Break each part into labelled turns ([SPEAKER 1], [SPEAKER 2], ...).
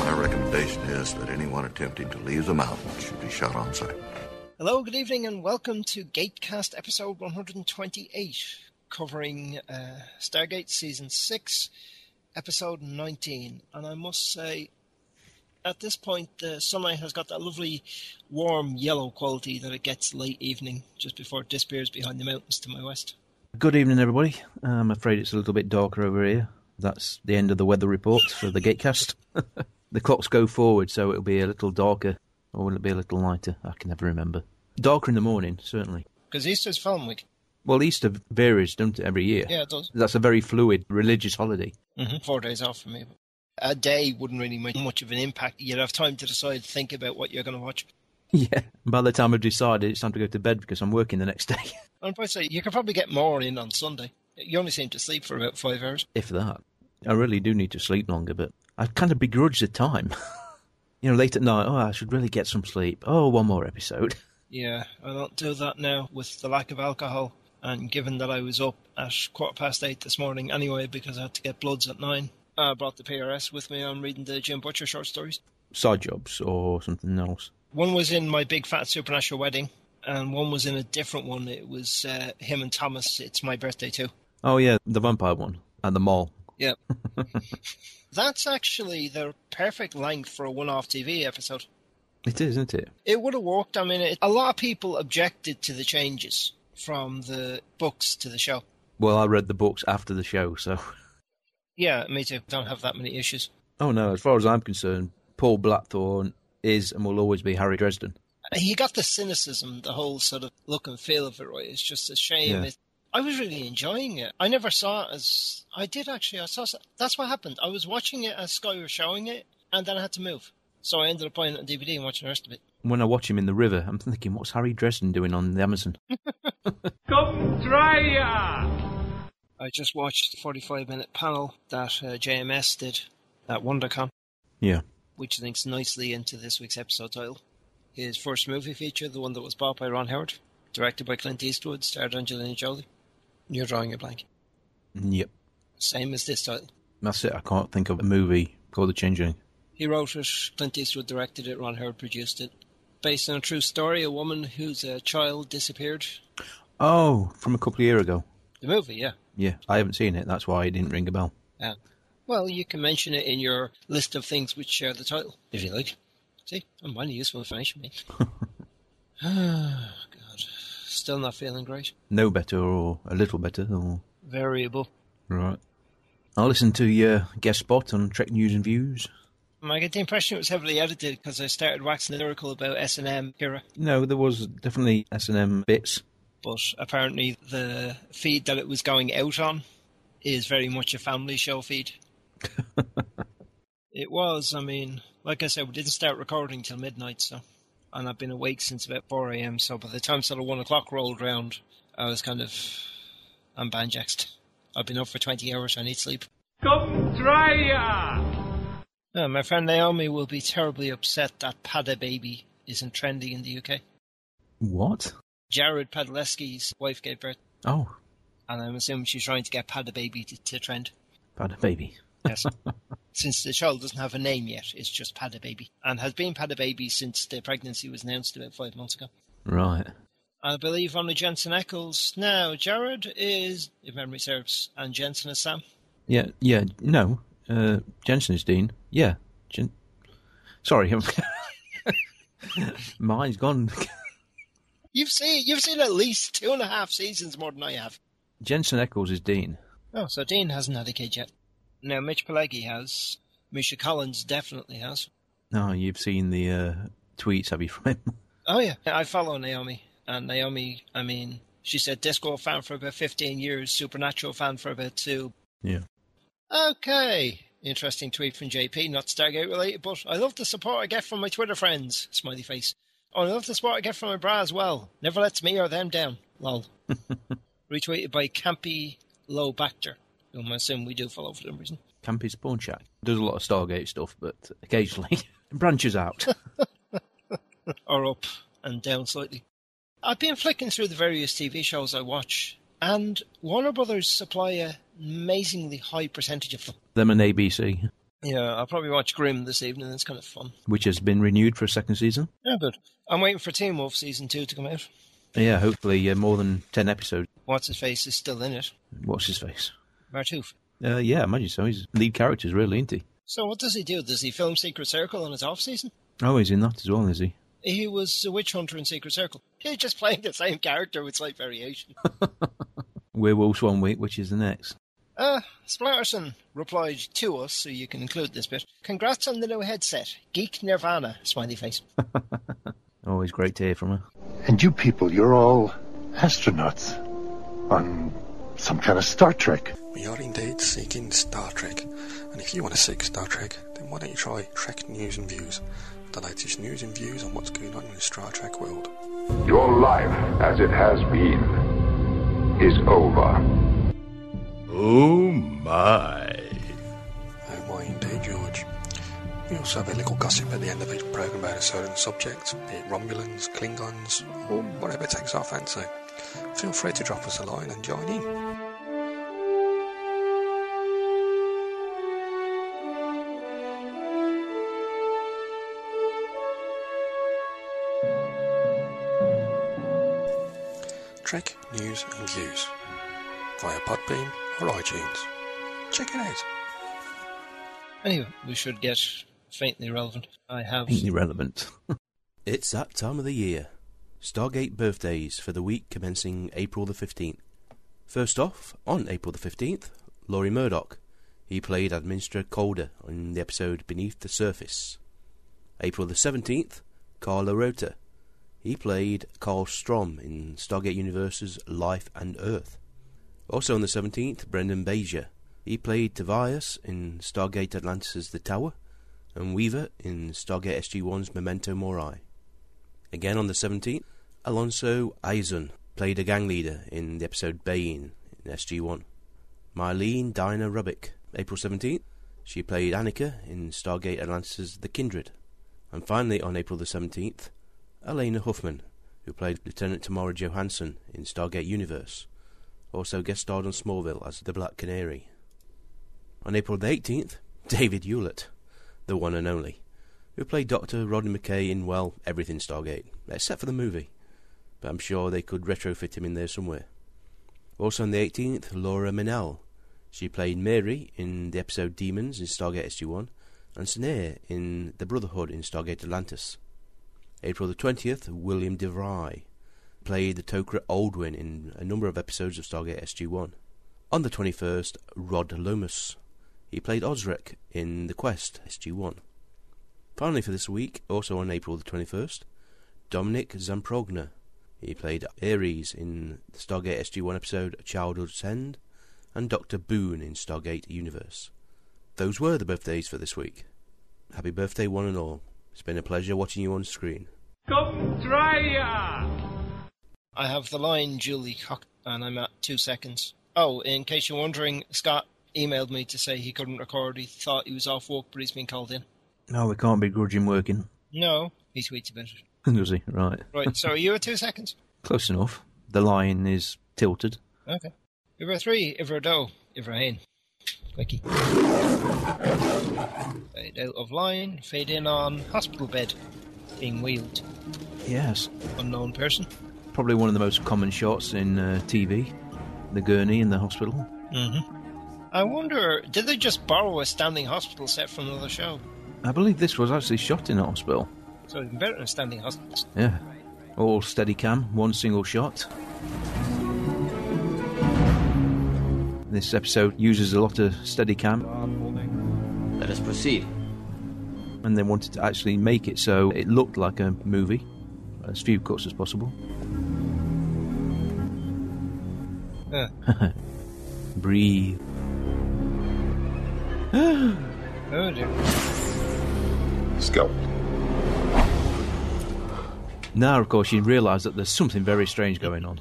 [SPEAKER 1] my recommendation is that anyone attempting to leave the mountain should be shot on sight.
[SPEAKER 2] Hello, good evening, and welcome to Gatecast episode 128, covering uh, Stargate Season 6, Episode 19. And I must say, at this point, the sunlight has got that lovely warm yellow quality that it gets late evening, just before it disappears behind the mountains to my west.
[SPEAKER 3] Good evening, everybody. I'm afraid it's a little bit darker over here. That's the end of the weather report for the Gatecast. the clocks go forward, so it'll be a little darker, or will it be a little lighter? I can never remember. Darker in the morning, certainly.
[SPEAKER 2] Because Easter's film week.
[SPEAKER 3] Well, Easter varies, don't it, every year?
[SPEAKER 2] Yeah, it does.
[SPEAKER 3] That's a very fluid religious holiday.
[SPEAKER 2] hmm Four days off for me. A day wouldn't really make much of an impact. You'd have time to decide, think about what you're going to watch.
[SPEAKER 3] Yeah. By the time I've decided, it's time to go to bed because I'm working the next day,
[SPEAKER 2] And by say, you could probably get more in on Sunday. You only seem to sleep for about five hours.
[SPEAKER 3] if that. I really do need to sleep longer, but I kind of begrudge the time. you know, late at night, oh, I should really get some sleep. Oh, one more episode.
[SPEAKER 2] Yeah, I don't do that now with the lack of alcohol. And given that I was up at quarter past eight this morning anyway because I had to get bloods at nine, I brought the PRS with me. I'm reading the Jim Butcher short stories.
[SPEAKER 3] Side jobs or something else.
[SPEAKER 2] One was in my big fat supernatural wedding, and one was in a different one. It was uh, him and Thomas. It's my birthday too.
[SPEAKER 3] Oh yeah, the vampire one at the mall.
[SPEAKER 2] Yep. That's actually the perfect length for a one-off TV episode.
[SPEAKER 3] It is, isn't it?
[SPEAKER 2] It would have worked. I mean, it, a lot of people objected to the changes from the books to the show.
[SPEAKER 3] Well, I read the books after the show, so
[SPEAKER 2] Yeah, me too. Don't have that many issues.
[SPEAKER 3] oh no. As far as I'm concerned, Paul Blackthorne is and will always be Harry Dresden.
[SPEAKER 2] He got the cynicism, the whole sort of look and feel of it. Right? It's just a shame.
[SPEAKER 3] Yeah.
[SPEAKER 2] It, I was really enjoying it. I never saw it as I did actually. I saw s- that's what happened. I was watching it as Sky was showing it, and then I had to move, so I ended up buying it on DVD and watching the rest of it.
[SPEAKER 3] When I watch him in the river, I'm thinking, what's Harry Dresden doing on the Amazon?
[SPEAKER 2] I just watched the 45 minute panel that uh, JMS did at WonderCon,
[SPEAKER 3] Yeah,
[SPEAKER 2] which links nicely into this week's episode title. His first movie feature, the one that was bought by Ron Howard, directed by Clint Eastwood, starred Angelina Jolie. You're drawing a blank.
[SPEAKER 3] yep.
[SPEAKER 2] Same as this title.
[SPEAKER 3] That's it. I can't think of a movie called The Changeling.
[SPEAKER 2] He wrote it, Clint Eastwood directed it, Ron Howard produced it. Based on a true story, a woman whose uh, child disappeared.
[SPEAKER 3] Oh, from a couple of years ago.
[SPEAKER 2] The movie, yeah.
[SPEAKER 3] Yeah, I haven't seen it. That's why it didn't ring a bell.
[SPEAKER 2] Uh, well, you can mention it in your list of things which share the title, if you like. See, I'm mining useful information, mate. Ah, God. Still not feeling great.
[SPEAKER 3] No better or a little better. Or...
[SPEAKER 2] Variable.
[SPEAKER 3] Right. I listened to your guest spot on Trek News and Views.
[SPEAKER 2] I get the impression it was heavily edited because I started waxing lyrical about S&M era,
[SPEAKER 3] No, there was definitely S and M bits.
[SPEAKER 2] but apparently the feed that it was going out on is very much a family show feed. It was. I mean, like I said, we didn't start recording till midnight, so, and I've been awake since about four a.m. So by the time sort of one o'clock rolled round, I was kind of, I'm banjaxed. I've been up for twenty hours. I need sleep. Come try ya. Uh, my friend Naomi will be terribly upset that Pada Baby isn't trendy in the UK.
[SPEAKER 3] What?
[SPEAKER 2] Jared Padalecki's wife gave birth,
[SPEAKER 3] Oh,
[SPEAKER 2] and I'm assuming she's trying to get Pada Baby to, to trend.
[SPEAKER 3] bad baby.
[SPEAKER 2] Yes. since the child doesn't have a name yet, it's just Pada Baby. And has been Pada Baby since the pregnancy was announced about five months ago.
[SPEAKER 3] Right.
[SPEAKER 2] I believe only Jensen Eccles. Now, Jared is, if memory serves, and Jensen is Sam.
[SPEAKER 3] Yeah. Yeah. No. Uh, Jensen is Dean. Yeah. Jen- Sorry. I'm- Mine's gone.
[SPEAKER 2] You've seen you've seen at least two and a half seasons more than I have.
[SPEAKER 3] Jensen Eccles is Dean.
[SPEAKER 2] Oh, so Dean hasn't had a kid yet. Now, Mitch Pileggi has. Misha Collins definitely has.
[SPEAKER 3] No, Ah, you've seen the uh, tweets, have you, from him?
[SPEAKER 2] Oh yeah, I follow Naomi, and Naomi. I mean, she said Disco fan for about fifteen years, Supernatural fan for about two.
[SPEAKER 3] Yeah.
[SPEAKER 2] Okay, Interesting tweet from JP, not Stargate related, but I love the support I get from my Twitter friends. Smiley face. Oh, I love the support I get from my bra as well. Never lets me or them down. Lol. Retweeted by Campy Lowbacter, whom I assume we do follow for some reason.
[SPEAKER 3] Campy's Pawn Shack does a lot of Stargate stuff, but occasionally branches out.
[SPEAKER 2] Or up and down slightly. I've been flicking through the various TV shows I watch, and Warner Brothers supply a amazingly high percentage of them.
[SPEAKER 3] Them and ABC,
[SPEAKER 2] Yeah, I'll probably watch Grimm this evening. It's kind of fun.
[SPEAKER 3] which has been renewed for a second season.
[SPEAKER 2] Yeah, good. I'm waiting for Teen Wolf season two to come out.
[SPEAKER 3] Yeah, hopefully uh, more than ten episodes.
[SPEAKER 2] What's his face is still in it.
[SPEAKER 3] What's his face?
[SPEAKER 2] Martouf.
[SPEAKER 3] Uh, yeah, I imagine so. He's lead characters, really, isn't he?
[SPEAKER 2] So what does he do? Does he film Secret Circle on his off season?
[SPEAKER 3] Oh, he's in that as well, is he?
[SPEAKER 2] He was a witch hunter in Secret Circle. He's just playing the same character with slight variation.
[SPEAKER 3] Werewolves one week, which is the next.
[SPEAKER 2] Uh, Splatterson replied to us, so you can include this bit. Congrats on the new headset. Geek Nirvana. Smiley face.
[SPEAKER 3] Always great to hear from her.
[SPEAKER 4] And you people, you're all astronauts on some kind of Star Trek.
[SPEAKER 5] We are indeed seeking Star Trek, and if you want to seek Star Trek, then why don't you try Trek News and Views, the latest news and views on what's going on in the Star Trek world.
[SPEAKER 6] Your life, as it has been, is over.
[SPEAKER 1] Oh my.
[SPEAKER 5] And why indeed, George? We also have a little gossip at the end of each programme about a certain subject, be it Romulans, Klingons, or whatever takes our fancy. Feel free to drop us a line and join in. Trek news and views via Podbean or iTunes. Check it out.
[SPEAKER 2] Anyway, we should get faintly relevant. I have.
[SPEAKER 3] Irrelevant.
[SPEAKER 7] It's that time of the year. Stargate birthdays for the week commencing April the 15th. First off, on April the 15th, Laurie Murdoch. He played Administrator Calder in the episode Beneath the Surface. April the 17th, Carl LaRota. He played Carl Strom in Stargate Universe's Life and Earth. Also on the 17th, Brendan Beja. He played Tavias in Stargate Atlantis's The Tower and Weaver in Stargate SG-1's Memento Mori. Again on the 17th, Alonso Aizen played a gang leader in the episode Bane in SG-1. Mylene Dinah Rubik, April 17th, she played Annika in Stargate Atlantis' The Kindred. And finally on April the 17th, Elena Huffman, who played Lieutenant Tamara Johansson in Stargate Universe, also guest starred on Smallville as The Black Canary. On April the 18th, David Hewlett, the one and only, who played Dr. Rodney McKay in, well, everything Stargate, except for the movie. But I'm sure they could retrofit him in there somewhere. Also on the 18th, Laura Minnell. She played Mary in the episode Demons in Stargate SG-1 and Snare in The Brotherhood in Stargate Atlantis. April the 20th, William DeVry played the Tok'ra Oldwin in a number of episodes of Stargate SG-1. On the 21st, Rod Lomas. He played Osric in The Quest SG-1. Finally, for this week, also on April the 21st, Dominic Zamprogna. He played Ares in the Stargate SG1 episode Childhood's End and Dr. Boone in Stargate Universe. Those were the birthdays for this week. Happy birthday, one and all. It's been a pleasure watching you on screen.
[SPEAKER 2] I have the line, Julie Cock, and I'm at two seconds. Oh, in case you're wondering, Scott emailed me to say he couldn't record. He thought he was off work, but he's been called in.
[SPEAKER 3] No, we can't begrudge him working,
[SPEAKER 2] No, he tweeted about it.
[SPEAKER 3] does he? Right.
[SPEAKER 2] Right, so are you at two seconds?
[SPEAKER 3] Close enough. The line is tilted.
[SPEAKER 2] Okay. Ivra three, Ivra do, Ivra hain. Quickie. Fade out of line, fade in on hospital bed. Being wheeled.
[SPEAKER 3] Yes.
[SPEAKER 2] Unknown person.
[SPEAKER 3] Probably one of the most common shots in uh, TV. The gurney in the hospital. Mm-hmm.
[SPEAKER 2] I wonder, did they just borrow a standing hospital set from another show?
[SPEAKER 3] I believe this was actually shot in a hospital.
[SPEAKER 2] So even better than standing hospitals.
[SPEAKER 3] Yeah. All steady cam, one single shot. This episode uses a lot of steady cam,
[SPEAKER 8] Let us proceed.
[SPEAKER 3] and they wanted to actually make it so it looked like a movie, as few cuts as possible.
[SPEAKER 2] Yeah.
[SPEAKER 3] Breathe.
[SPEAKER 2] Oh dear.
[SPEAKER 9] Scalp.
[SPEAKER 3] Now, of course, you realise that there's something very strange going on.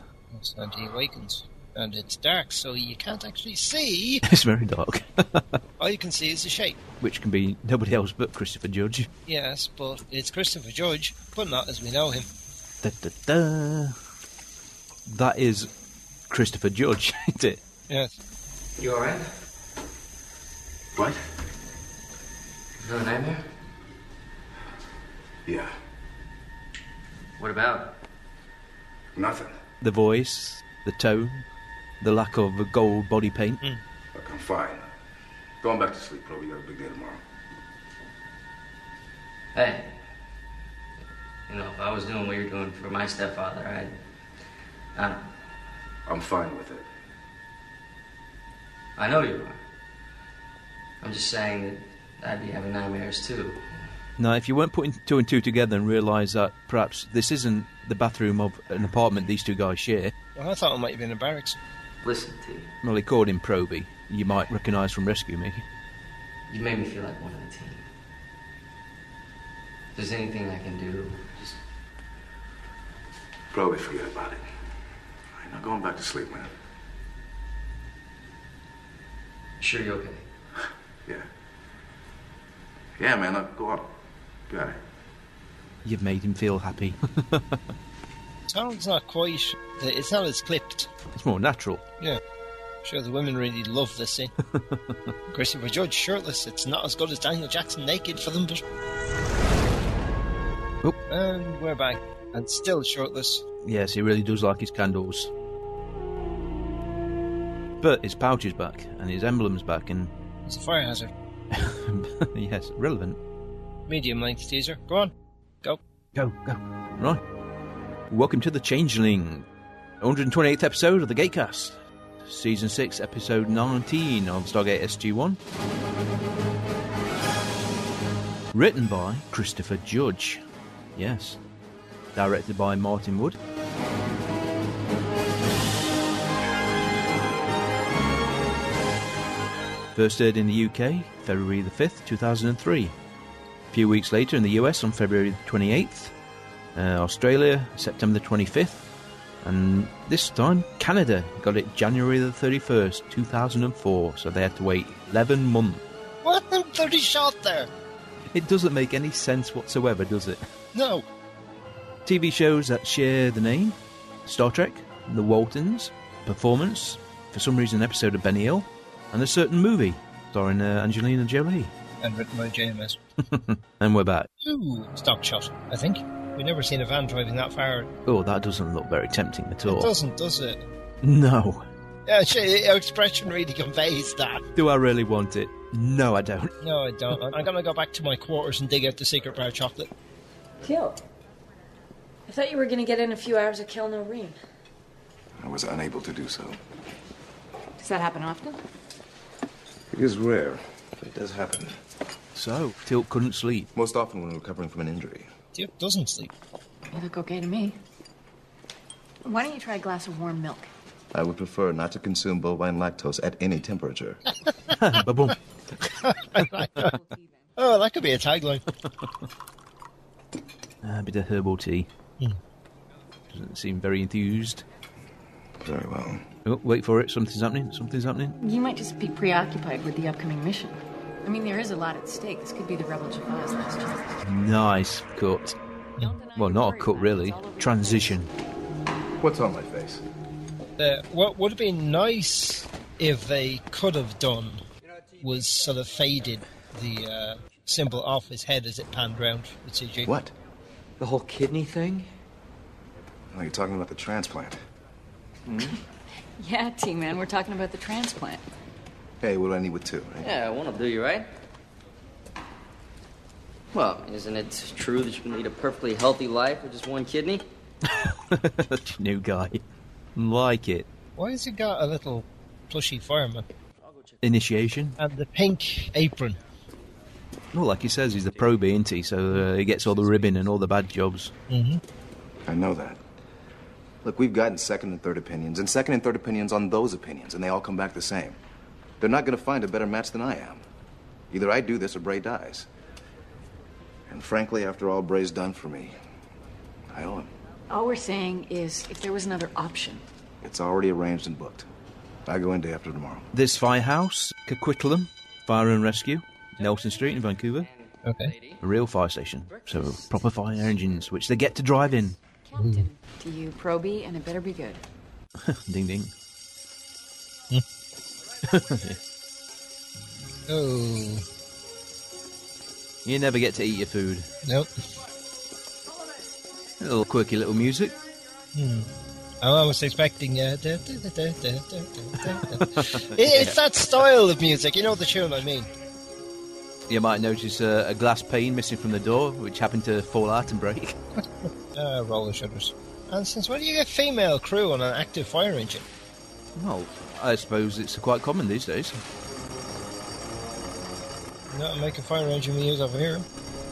[SPEAKER 2] And he awakens. And it's dark, so you can't actually see.
[SPEAKER 3] It's very dark,
[SPEAKER 2] All you can see is the shape.
[SPEAKER 3] which can be nobody else but Christopher Judge.
[SPEAKER 2] Yes, but it's Christopher Judge, but not as we know him.
[SPEAKER 3] Da, da, da. That is Christopher Judge, ain't it?
[SPEAKER 2] Yes.
[SPEAKER 10] You alright?
[SPEAKER 11] What?
[SPEAKER 10] Another nightmare?
[SPEAKER 11] Yeah.
[SPEAKER 10] What about?
[SPEAKER 11] Nothing.
[SPEAKER 3] The voice, the tone, the lack of gold body paint.
[SPEAKER 11] Look, I'm fine. Going back to sleep, bro. We got a big day tomorrow.
[SPEAKER 10] Hey. You know, if I was doing what you're doing for my stepfather, I'd. I,
[SPEAKER 11] I'm fine with it.
[SPEAKER 10] I know you are. I'm just saying that I'd be having nightmares too.
[SPEAKER 3] Now, if you weren't putting two and two together and realised that perhaps this isn't the bathroom of an apartment these two guys share,
[SPEAKER 2] Well, I thought it might have been a barracks.
[SPEAKER 10] Listen, T,
[SPEAKER 3] well, he called him Proby. You might recognise from Rescue Me.
[SPEAKER 10] you made me feel like one of the team. If there's anything I can do, just.
[SPEAKER 11] Probably forget about it. All right, now going back to sleep, man.
[SPEAKER 10] Sure, you're okay.
[SPEAKER 11] Yeah. Yeah, man. Look, go on. Got it.
[SPEAKER 3] You've made him feel happy.
[SPEAKER 2] Sounds not quite. It's not as clipped.
[SPEAKER 3] it's more natural.
[SPEAKER 2] Yeah. Sure, the women really love this eh? scene. Christopher Judge shirtless. It's not as good as Daniel Jackson naked for them, but.
[SPEAKER 3] Oh.
[SPEAKER 2] And we're back. And still shirtless.
[SPEAKER 3] Yes, he really does like his candles. But his pouch is back, and his emblem's back, and
[SPEAKER 2] It's a fire hazard.
[SPEAKER 3] yes, relevant.
[SPEAKER 2] Medium length teaser. Go on. Go.
[SPEAKER 3] Go, go. Right. Welcome to the Changeling, 128th episode of the Gatecast, Season 6, Episode 19 on Stargate SG1. Written by Christopher Judge. Yes. Directed by Martin Wood. First aired in the UK, February the 5th, 2003. A few weeks later in the US on February the 28th, uh, Australia September the 25th, and this time Canada got it January the 31st, 2004, so they had to wait 11 months.
[SPEAKER 2] What? I'm pretty short there.
[SPEAKER 3] It doesn't make any sense whatsoever, does it?
[SPEAKER 2] No.
[SPEAKER 3] TV shows that share the name Star Trek, The Waltons, Performance, for some reason, an episode of Benny Hill, and a certain movie starring uh, Angelina Jolie.
[SPEAKER 2] And written by JMS.
[SPEAKER 3] and we're back.
[SPEAKER 2] Ooh, stop shot, I think. We've never seen a van driving that far.
[SPEAKER 3] Oh, that doesn't look very tempting at all.
[SPEAKER 2] It doesn't, does it?
[SPEAKER 3] No.
[SPEAKER 2] Yeah, she, her expression really conveys that.
[SPEAKER 3] Do I really want it? No, I don't.
[SPEAKER 2] No, I don't. I'm- I'm going to go back to my quarters and dig out the secret bar of chocolate.
[SPEAKER 12] Kill. I thought you were going to get in a few hours of Kill No Ream.
[SPEAKER 9] I was unable to do so.
[SPEAKER 12] Does that happen often?
[SPEAKER 9] It is rare, but it does happen.
[SPEAKER 3] So, Tilt couldn't sleep.
[SPEAKER 9] Most often when recovering from an injury.
[SPEAKER 2] Yep, doesn't sleep.
[SPEAKER 12] You look okay to me. Why don't you try a glass of warm milk?
[SPEAKER 9] I would prefer not to consume bovine lactose at any temperature.
[SPEAKER 3] Ba-boom.
[SPEAKER 2] Oh, that could be a tagline.
[SPEAKER 3] Uh, A bit of herbal tea.
[SPEAKER 2] Hmm.
[SPEAKER 3] Doesn't seem very enthused.
[SPEAKER 9] Very well.
[SPEAKER 3] Oh, wait for it. Something's happening. Something's happening.
[SPEAKER 12] You might just be preoccupied with the upcoming mission. I mean, there is a lot at stake. This could be the Rebel Java's last chance.
[SPEAKER 3] Nice cut. Well, not a cut, really. Transition.
[SPEAKER 11] What's on my face?
[SPEAKER 2] Uh, what would have been nice if they could have done was sort of faded the uh, symbol off his head as it panned round with CG.
[SPEAKER 9] What?
[SPEAKER 10] The whole kidney thing?
[SPEAKER 9] Oh, you're talking about the transplant.
[SPEAKER 12] Yeah, T Man, we're talking about the transplant.
[SPEAKER 9] Hey, what do I need with two, right?
[SPEAKER 10] Yeah, one will do you, right? Well, isn't it true that you can lead a perfectly healthy life with just one kidney?
[SPEAKER 3] New guy. Like it.
[SPEAKER 2] Why has he got a little plushy fireman?
[SPEAKER 3] Initiation.
[SPEAKER 2] And the pink apron.
[SPEAKER 3] Well, like he says, he's the pro B, isn't he? So uh, he gets all the ribbon and all the bad jobs.
[SPEAKER 2] Mm-hmm.
[SPEAKER 9] I know that. Look, we've gotten second and third opinions, and second and third opinions on those opinions, and they all come back the same. They're not going to find a better match than I am. Either I do this or Bray dies. And frankly, after all Bray's done for me, I owe him.
[SPEAKER 12] All we're saying is if there was another option.
[SPEAKER 9] It's already arranged and booked. I go in day after tomorrow.
[SPEAKER 3] There's Firehouse, Coquitlam, Fire and Rescue, Nelson Street in Vancouver.
[SPEAKER 2] Okay.
[SPEAKER 3] A real fire station. So proper fire engines, which they get to drive in.
[SPEAKER 12] Captain, to you, Proby, and it better be good.
[SPEAKER 3] ding ding.
[SPEAKER 2] Hmm. Oh,
[SPEAKER 3] you never get to eat your food.
[SPEAKER 2] nope.
[SPEAKER 3] A little quirky little music.
[SPEAKER 2] Hmm. I was expecting. Uh, da, da, da, da, da, da, da, da. It- It's that style of music. You know the tune I mean.
[SPEAKER 3] You might notice uh, a glass pane missing from the door, which happened to fall out and break.
[SPEAKER 2] Uh, roll the shutters. And since when do you get female crew on an active fire engine? Oh.
[SPEAKER 3] Well, I suppose it's quite common these days.
[SPEAKER 2] Not make a fire engine we use over here.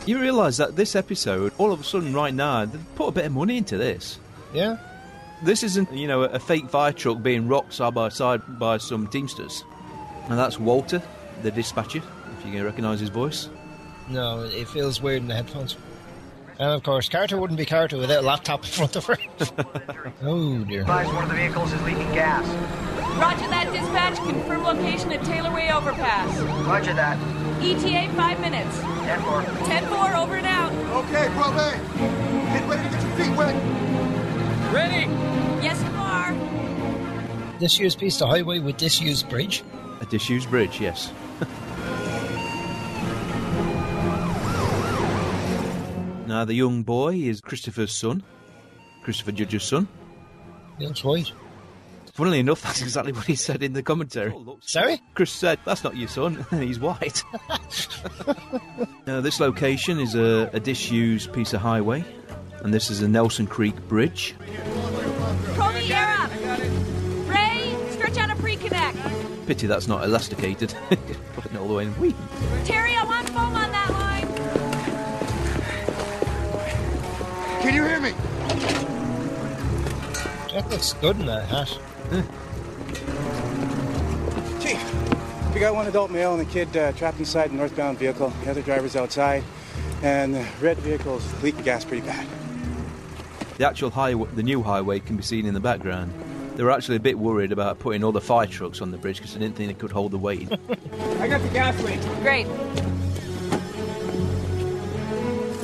[SPEAKER 3] You realise that this episode, all of a sudden, right now, they've put a bit of money into this.
[SPEAKER 2] Yeah.
[SPEAKER 3] This isn't, you know, a fake fire truck being rocked side by side by some Teamsters. And that's Walter, the dispatcher, if you can recognise his voice.
[SPEAKER 2] No, it feels weird in the headphones. And of course, Carter wouldn't be Carter without a laptop in front of her. oh dear.
[SPEAKER 13] Advise one of the vehicles is leaking gas.
[SPEAKER 14] Roger that, dispatch. Confirm location at Taylor Way overpass.
[SPEAKER 13] Roger that.
[SPEAKER 14] ETA five minutes. 10 4. 10 4, over and out. Okay, probate. Get ready to get your feet wet. Ready. Yes, you are.
[SPEAKER 2] Disused piece of highway with disused bridge.
[SPEAKER 3] A disused bridge, yes. now, the young boy is Christopher's son, Christopher Judge's son.
[SPEAKER 2] Yeah, That's right.
[SPEAKER 3] Funnily enough, that's exactly what he said in the commentary.
[SPEAKER 2] Sorry?
[SPEAKER 3] Chris said, That's not your son, he's white. now, this location is a, a disused piece of highway, and this is the Nelson Creek Bridge.
[SPEAKER 14] Proby, air up. Ray, stretch out a pre connect.
[SPEAKER 3] Pity that's not elasticated. Put it all the way in. Whee!
[SPEAKER 14] Terry, I want foam on that line.
[SPEAKER 13] Can you hear me?
[SPEAKER 2] That looks good in that hat.
[SPEAKER 15] Chief, we got one adult male and a kid uh, trapped inside the northbound vehicle. The other driver's outside, and the red vehicle's leaking gas pretty bad.
[SPEAKER 3] The actual highway, the new highway, can be seen in the background. They were actually a bit worried about putting all the fire trucks on the bridge because they didn't think they could hold the weight.
[SPEAKER 13] I got the gas leak.
[SPEAKER 14] Great.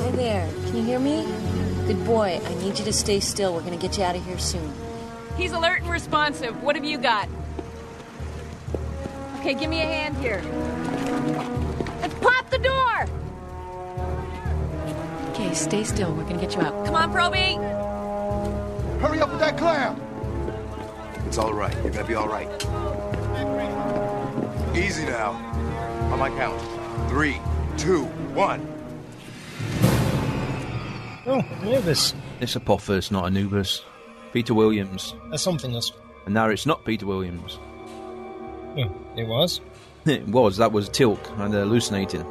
[SPEAKER 16] Hi there. Can you hear me? Good boy. I need you to stay still. We're going to get you out of here soon.
[SPEAKER 14] He's alert and responsive. What have you got? Okay, give me a hand here. And Pop the door!
[SPEAKER 12] Okay, stay still. We're going to get you out.
[SPEAKER 14] Come on, Proby.
[SPEAKER 13] Hurry up with that clam.
[SPEAKER 9] It's all right. You're gonna be all right.
[SPEAKER 1] Easy now. On my count. Three, two, one.
[SPEAKER 2] Oh, nervous.
[SPEAKER 3] it's a Apophis, not an Anubis. Peter Williams.
[SPEAKER 2] That's something else.
[SPEAKER 3] And now it's not Peter Williams.
[SPEAKER 2] Hmm, it was.
[SPEAKER 3] It was, that was Tilk and uh, hallucinating.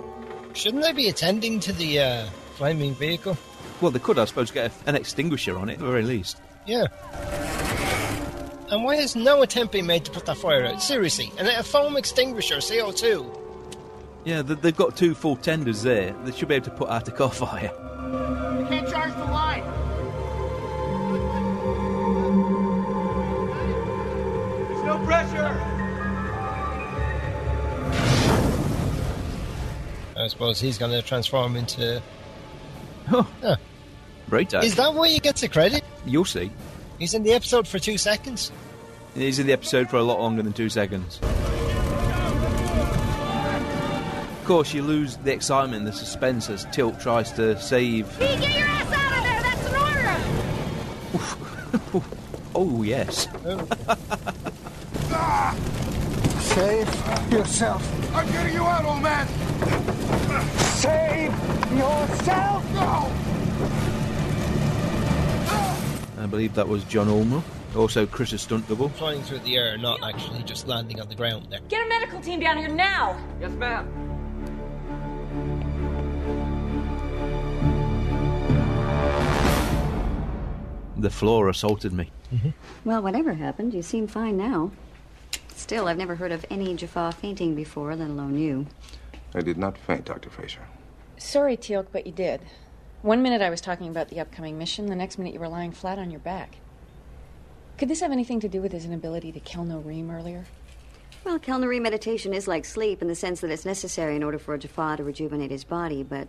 [SPEAKER 2] Shouldn't they be attending to the uh, flaming vehicle?
[SPEAKER 3] Well, they could, I suppose, get a- an extinguisher on it at the very least.
[SPEAKER 2] Yeah. And why is no attempt being made to put that fire out? Seriously, and a foam extinguisher, CO2.
[SPEAKER 3] Yeah, th- they've got two full tenders there. They should be able to put out a car fire.
[SPEAKER 13] You can't charge the line. There's no pressure.
[SPEAKER 2] I suppose he's going to transform into.
[SPEAKER 3] Huh. Right,
[SPEAKER 2] Is that why he gets the credit?
[SPEAKER 3] You'll see.
[SPEAKER 2] He's in the episode for two seconds.
[SPEAKER 3] He's in the episode for a lot longer than two seconds. Of course, you lose the excitement, the suspense as Tilt tries to save.
[SPEAKER 14] Pete, get your ass out of there! That's an order!
[SPEAKER 3] Oh, yes.
[SPEAKER 13] Save yourself. Ah, I'm getting you out, old man. Save yourself. No.
[SPEAKER 3] I believe that was John Ulmer. Also, Chris' stunt double.
[SPEAKER 2] Flying through the air, not actually just landing on the ground there.
[SPEAKER 14] Get a medical team down here now! Yes, ma'am.
[SPEAKER 3] The floor assaulted me.
[SPEAKER 17] Well, whatever happened, you seem fine now. Still, I've never heard of any Jafar fainting before, let alone you.
[SPEAKER 9] I did not faint, Dr. Fraser.
[SPEAKER 12] Sorry, Teal'c, but you did. One minute I was talking about the upcoming mission, the next minute you were lying flat on your back. Could this have anything to do with his inability to kill no ream earlier?
[SPEAKER 17] Well, Kelnari meditation is like sleep in the sense that it's necessary in order for a Jaffa to rejuvenate his body, but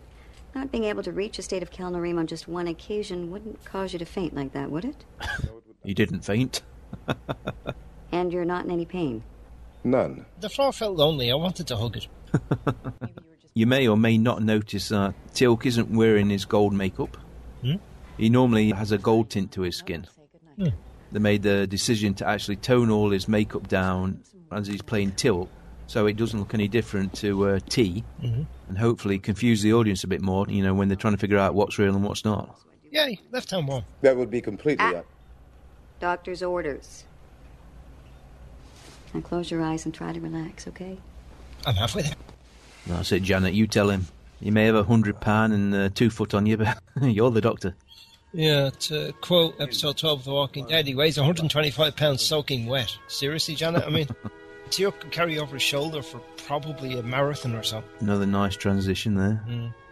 [SPEAKER 17] not being able to reach a state of Kelnarim on just one occasion wouldn't cause you to faint like that, would it?
[SPEAKER 3] You didn't faint.
[SPEAKER 17] And you're not in any pain.
[SPEAKER 9] None.
[SPEAKER 2] The floor felt lonely. I wanted to hug it.
[SPEAKER 3] You may or may not notice that Teal'c isn't wearing his gold makeup.
[SPEAKER 2] Hmm?
[SPEAKER 3] He normally has a gold tint to his skin.
[SPEAKER 2] Hmm.
[SPEAKER 3] They made the decision to actually tone all his makeup down as he's playing Teal'c, so it doesn't look any different to uh, T,
[SPEAKER 2] Mhm.
[SPEAKER 3] and hopefully confuse the audience a bit more, you know, when they're trying to figure out what's real and what's not.
[SPEAKER 2] Yay, left hand one.
[SPEAKER 17] That would be completely up. Doctor's orders. Now close your eyes and try to relax, okay?
[SPEAKER 2] I'm halfway there.
[SPEAKER 3] That's it, Janet, you tell him. You may have a hundred pound and uh, two foot on you, but you're the doctor.
[SPEAKER 2] Yeah, to quote episode 12 of The Walking Dead, he weighs 125 pounds soaking wet. Seriously, Janet? I mean, Teok can carry over his shoulder for probably a marathon or so.
[SPEAKER 3] Another nice transition there.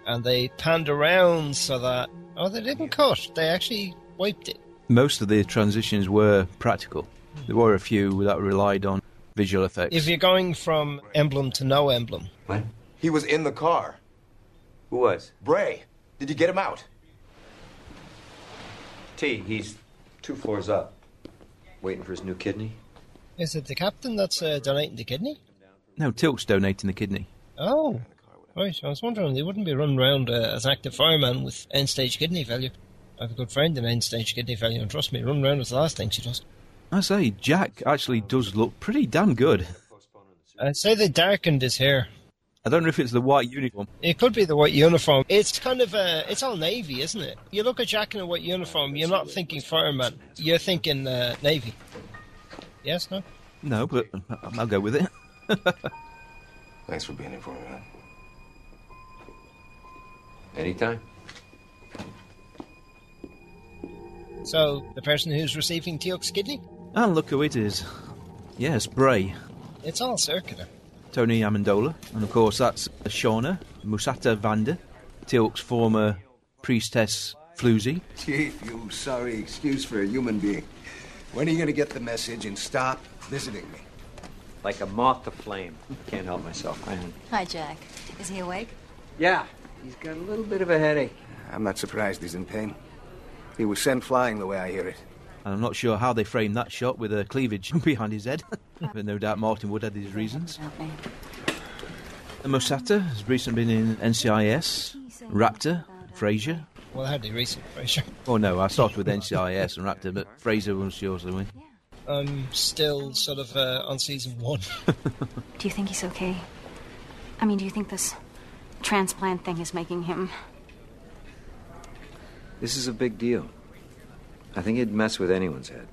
[SPEAKER 2] And they panned around so that. Oh, they didn't cut. They actually wiped it.
[SPEAKER 3] Most of the transitions were practical. There were a few that relied on visual effects.
[SPEAKER 2] If you're going from emblem to no emblem.
[SPEAKER 3] What?
[SPEAKER 18] He was in the car. Who was? Bray. Did you get him out? T, he's two floors up. Waiting for his new kidney?
[SPEAKER 2] Is it the captain that's uh, donating the kidney?
[SPEAKER 3] No, Tilt's donating the kidney.
[SPEAKER 2] Oh. Right, I was wondering, they wouldn't be running around uh, as active firemen with end stage kidney failure. I have a good friend in end stage kidney failure, and trust me, running around is the last thing she does.
[SPEAKER 3] I say, Jack actually does look pretty damn good.
[SPEAKER 2] I'd say they darkened his hair.
[SPEAKER 3] I don't know if it's the white uniform.
[SPEAKER 2] It could be the white uniform. It's kind of uh, it's all navy, isn't it? You look at Jack in a white uniform, you're not thinking fireman, you're thinking uh, navy. Yes, no.
[SPEAKER 3] No, but I- I'll go with it.
[SPEAKER 9] Thanks for being here for me, man.
[SPEAKER 18] Anytime.
[SPEAKER 2] So the person who's receiving Teok's kidney,
[SPEAKER 3] And look who it is. Yes, Bray,
[SPEAKER 2] it's all circular.
[SPEAKER 3] Tony Amendola, and of course that's Shauna Musata Vander, Tilk's former priestess Floozy.
[SPEAKER 19] Chief, you sorry excuse for a human being. When are you going to get the message and stop visiting me?
[SPEAKER 18] Like a moth to flame. Can't help myself. I am.
[SPEAKER 17] Hi, Jack. Is he awake?
[SPEAKER 19] Yeah, he's got a little bit of a headache. I'm not surprised he's in pain. He was sent flying the way I hear it.
[SPEAKER 3] And I'm not sure how they framed that shot with a cleavage behind his head, but no doubt Martin Wood had his reasons. And Musata has recently been in NCIS, Raptor, Frasier.
[SPEAKER 2] Well, I had the recent pressure.
[SPEAKER 3] Oh no, I started with NCIS and Raptor, but Frasier was yours, the win.
[SPEAKER 2] I'm still sort of uh, on season one.
[SPEAKER 12] Do you think he's okay? I mean, do you think this transplant thing is making him.
[SPEAKER 18] This is a big deal. I think it'd mess with anyone's head.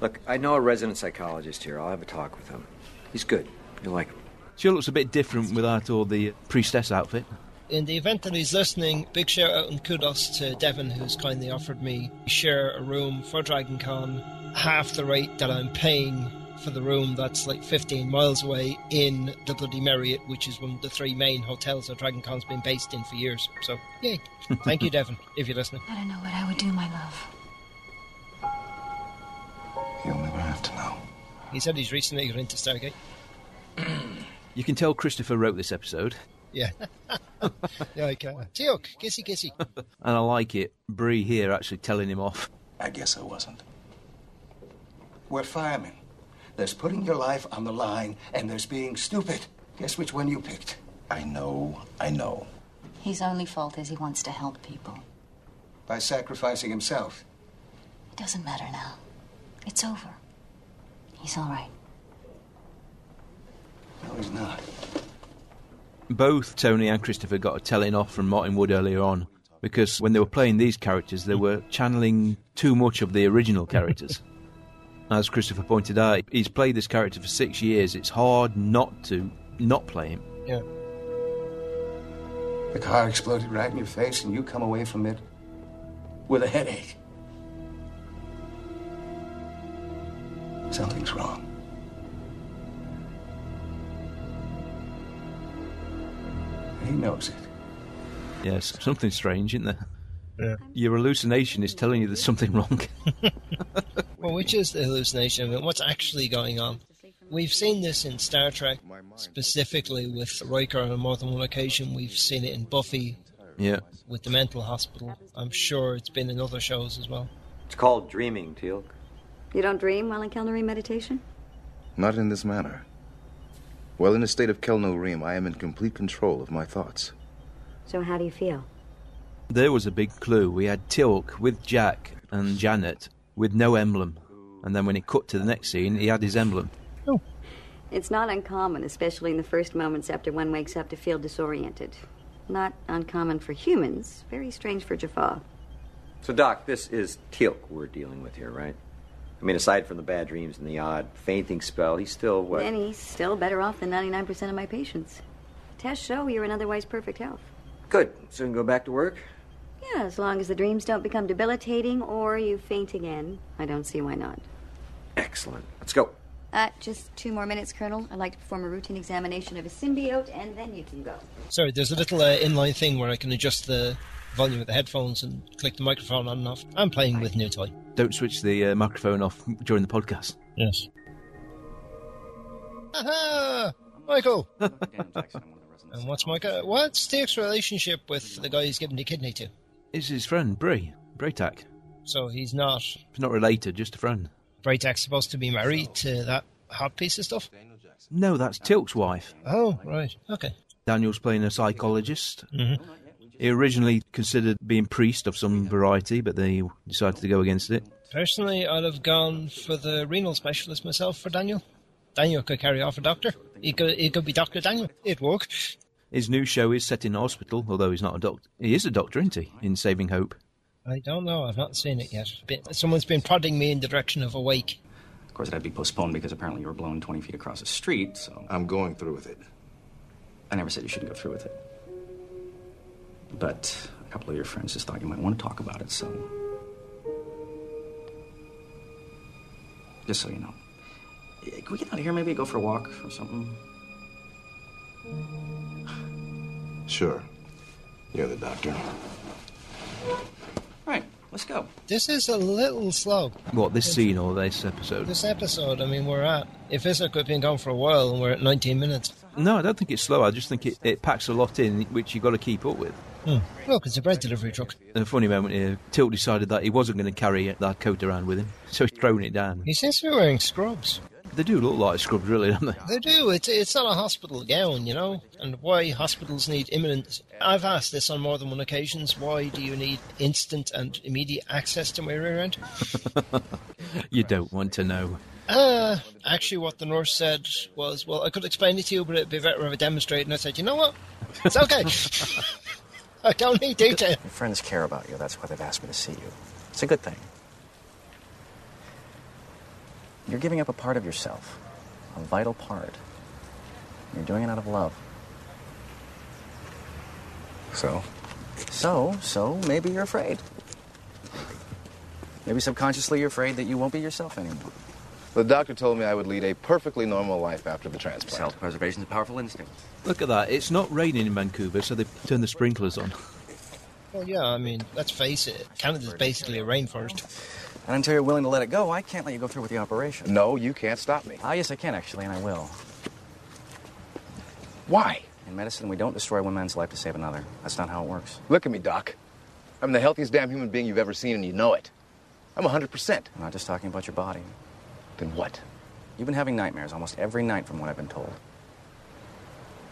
[SPEAKER 18] Look, I know a resident psychologist here. I'll have a talk with him. He's good. You'll like him.
[SPEAKER 3] She looks a bit different without all the priestess outfit.
[SPEAKER 2] In the event that he's listening, big shout out and kudos to Devon, who's kindly offered me to share a room for Dragon Con, half the rate that I'm paying for the room that's like 15 miles away in the Bloody Marriott, which is one of the three main hotels that Dragon Con's been based in for years. So, yay. Thank you, Devon, if you're listening.
[SPEAKER 12] I don't know what I would do, my love.
[SPEAKER 2] He said he's recently got into Stargate.
[SPEAKER 3] You can tell Christopher wrote this episode,
[SPEAKER 2] Yeah. yeah, I can. Teok, kissy kissy.
[SPEAKER 3] and I like it. Bree here actually telling him off.
[SPEAKER 19] I guess I wasn't. We're firemen. There's putting your life on the line, and there's being stupid. Guess which one you picked? I know, I know.
[SPEAKER 17] His only fault is he wants to help people.
[SPEAKER 19] By sacrificing himself.
[SPEAKER 17] It doesn't matter now. It's over. He's all right.
[SPEAKER 19] No, he's not.
[SPEAKER 3] Both Tony and Christopher got a telling off from Martin Wood earlier on because when they were playing these characters, they were channeling too much of the original characters. As Christopher pointed out, he's played this character for six years. It's hard not to not play him.
[SPEAKER 2] Yeah.
[SPEAKER 19] The car exploded right in your face, and you come away from it with a headache. Something's wrong. he knows it.
[SPEAKER 3] Yes, something strange, isn't there?
[SPEAKER 2] Yeah.
[SPEAKER 3] Your hallucination is telling you there's something wrong.
[SPEAKER 2] Well, which is the hallucination of it? What's actually going on? We've seen this in Star Trek, specifically with Riker on more than one occasion. We've seen it in Buffy
[SPEAKER 3] yeah.
[SPEAKER 2] with the mental hospital. I'm sure it's been in other shows as well.
[SPEAKER 18] It's called dreaming, Teal.
[SPEAKER 17] You don't dream while in culinary meditation?
[SPEAKER 9] Not in this manner. While in a state of Kelno Reem, I am in complete control of my thoughts.
[SPEAKER 17] So how do you feel?
[SPEAKER 3] There was a big clue. We had Tilk with Jack and Janet with no emblem. And then when it cut to the next scene, he had his emblem.
[SPEAKER 17] It's not uncommon, especially in the first moments after one wakes up, to feel disoriented. Not uncommon for humans, very strange for Jafar.
[SPEAKER 18] So, Doc, this is Teal'c we're dealing with here, right? I mean, aside from the bad dreams and the odd fainting spell, he's still what?
[SPEAKER 17] Then he's still better off than 99% of my patients. Tests show you're in otherwise perfect health.
[SPEAKER 18] Good. So we can go back to work.
[SPEAKER 17] Yeah, as long as the dreams don't become debilitating or you faint again, I don't see why not.
[SPEAKER 18] Excellent. Let's go.
[SPEAKER 17] Uh, just two more minutes, Colonel. I'd like to perform a routine examination of a symbiote, and then you can go.
[SPEAKER 2] Sorry, there's a little uh, inline thing where I can adjust the volume of the headphones and click the microphone on and off. I'm playing with new toy.
[SPEAKER 3] Don't switch the uh, microphone off during the podcast.
[SPEAKER 2] Yes. Aha! Michael! and what's Michael? What's Steve's relationship with the guy he's given the kidney to?
[SPEAKER 3] It's his friend, Bray. Braytac.
[SPEAKER 2] So he's not.
[SPEAKER 3] He's not related, just a friend.
[SPEAKER 2] Braytac's supposed to be married to that hard piece of stuff?
[SPEAKER 3] No, that's Tilk's wife.
[SPEAKER 2] Oh, right. Okay.
[SPEAKER 3] Daniel's playing a psychologist.
[SPEAKER 2] Mm-hmm.
[SPEAKER 3] He originally considered being priest of some variety, but they decided to go against it.
[SPEAKER 2] Personally, I'd have gone for the renal specialist myself for Daniel. Daniel could carry off a doctor. He could, he could be Dr. Daniel. It'd work.
[SPEAKER 3] His new show is set in a hospital, although he's not a doctor. He is a doctor, isn't he? In Saving Hope.
[SPEAKER 2] I don't know. I've not seen it yet. Been- Someone's been prodding me in the direction of Awake.
[SPEAKER 20] Of course, it had to be postponed because apparently you were blown 20 feet across the street, so. I'm going through with it. I never said you shouldn't go through with it. But a couple of your friends just thought you might want to talk about it, so. Just so you know. Yeah, Can we get out of here? Maybe go for a walk or something?
[SPEAKER 9] Sure. You're the doctor.
[SPEAKER 20] Right, let's go.
[SPEAKER 2] This is a little slow.
[SPEAKER 3] What, this scene or this episode?
[SPEAKER 2] This episode, I mean, we're at. If this could have been gone for a while and we're at 19 minutes.
[SPEAKER 3] No, I don't think it's slow. I just think it, it packs a lot in, which you've got to keep up with.
[SPEAKER 2] Hmm. Look, it's a bread delivery truck.
[SPEAKER 3] And a funny moment here, Tilt decided that he wasn't going to carry that coat around with him, so he's thrown it down.
[SPEAKER 2] He seems to be wearing scrubs.
[SPEAKER 3] They do look like scrubs, really, don't they?
[SPEAKER 2] They do. It's, it's not a hospital gown, you know? And why hospitals need imminent. I've asked this on more than one occasions. Why do you need instant and immediate access to my rear end?
[SPEAKER 3] You don't want to know.
[SPEAKER 2] Uh, actually, what the nurse said was, well, I could explain it to you, but it'd be better if I demonstrated. And I said, you know what? It's okay. I don't need detail.
[SPEAKER 20] Your friends care about you. That's why they've asked me to see you. It's a good thing. You're giving up a part of yourself, a vital part. You're doing it out of love. So? So, so, maybe you're afraid. Maybe subconsciously you're afraid that you won't be yourself anymore.
[SPEAKER 9] The doctor told me I would lead a perfectly normal life after the transplant. Self preservation is a powerful instinct.
[SPEAKER 3] Look at that. It's not raining in Vancouver, so they've turned the sprinklers on.
[SPEAKER 2] Well, yeah, I mean, let's face it. Canada's basically a rainforest.
[SPEAKER 20] And until you're willing to let it go, I can't let you go through with the operation.
[SPEAKER 9] No, you can't stop me.
[SPEAKER 20] Ah, yes, I can actually, and I will. Why? In medicine, we don't destroy one man's life to save another. That's not how it works.
[SPEAKER 9] Look at me, Doc. I'm the healthiest damn human being you've ever seen, and you know it. I'm 100%.
[SPEAKER 20] I'm not just talking about your body.
[SPEAKER 9] Then what?
[SPEAKER 20] You've been having nightmares almost every night, from what I've been told.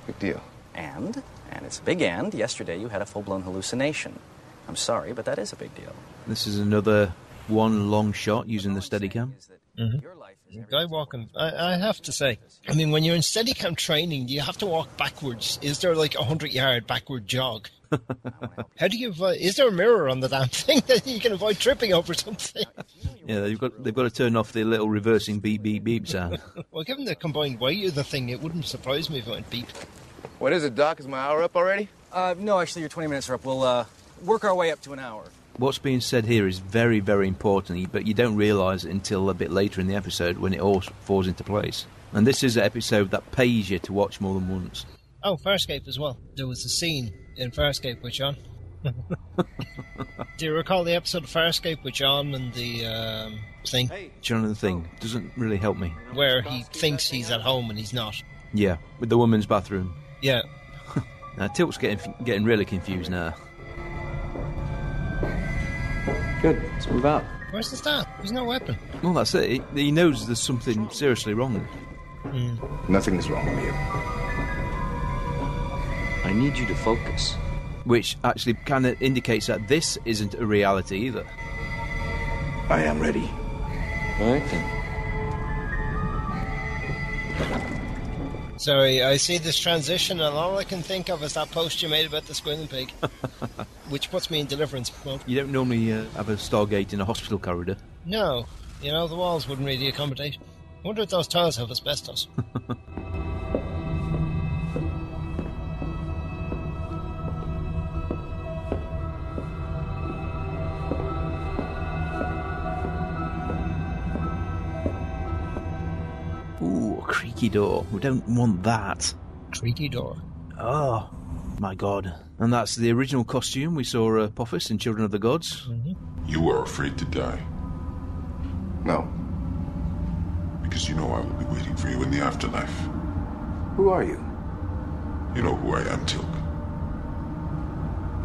[SPEAKER 9] Big deal.
[SPEAKER 20] And, and it's a big and, yesterday you had a full blown hallucination. I'm sorry, but that is a big deal.
[SPEAKER 3] This is another one long shot using the Steadicam.
[SPEAKER 2] Mhm. Guy walking, I, I have to say, I mean, when you're in Steadicam training, do you have to walk backwards? Is there like a hundred yard backward jog? How do you avoid? Is there a mirror on the damn thing that you can avoid tripping over something?
[SPEAKER 3] Yeah, they've got they've got to turn off the little reversing beep beep beep sound.
[SPEAKER 2] well, given the combined weight of the thing, it wouldn't surprise me if it went beep.
[SPEAKER 9] What is it, Doc? Is my hour up already?
[SPEAKER 20] Uh, no, actually, your 20 minutes are up. We'll uh, work our way up to an hour.
[SPEAKER 3] What's being said here is very very important, but you don't realise it until a bit later in the episode when it all falls into place. And this is an episode that pays you to watch more than once.
[SPEAKER 2] Oh, Farscape as well. There was a scene in Farscape with John. Do you recall the episode of Farscape with John and the um, thing
[SPEAKER 3] Jonathan thing doesn't really help me.
[SPEAKER 2] where he thinks he's at home and he's not?
[SPEAKER 3] Yeah, with the woman's bathroom.
[SPEAKER 2] Yeah.
[SPEAKER 3] Now Tilt's getting getting really confused now.
[SPEAKER 18] Good, let's move out.
[SPEAKER 2] Where's the star? There's no weapon.
[SPEAKER 3] Well, that's it. He, he knows there's something seriously wrong. Hmm.
[SPEAKER 9] Nothing is wrong with you.
[SPEAKER 3] I need you to focus. Which actually kind of indicates that this isn't a reality either.
[SPEAKER 9] I am ready.
[SPEAKER 3] All right then.
[SPEAKER 2] Sorry, I see this transition, and all I can think of is that post you made about the squealing pig, which puts me in deliverance mode.
[SPEAKER 3] You don't normally uh, have a Stargate in a hospital corridor.
[SPEAKER 2] No, you know the walls wouldn't really accommodate. I wonder if those tiles have asbestos.
[SPEAKER 3] Ooh, a creaky door. We don't want that.
[SPEAKER 2] Creaky door.
[SPEAKER 3] Oh, my God. And that's the original costume we saw uh, Apophis in Children of the Gods.
[SPEAKER 2] Mm-hmm.
[SPEAKER 21] You are afraid to die.
[SPEAKER 9] No.
[SPEAKER 21] Because you know I will be waiting for you in the afterlife.
[SPEAKER 9] Who are you?
[SPEAKER 21] You know who I am, Tilk.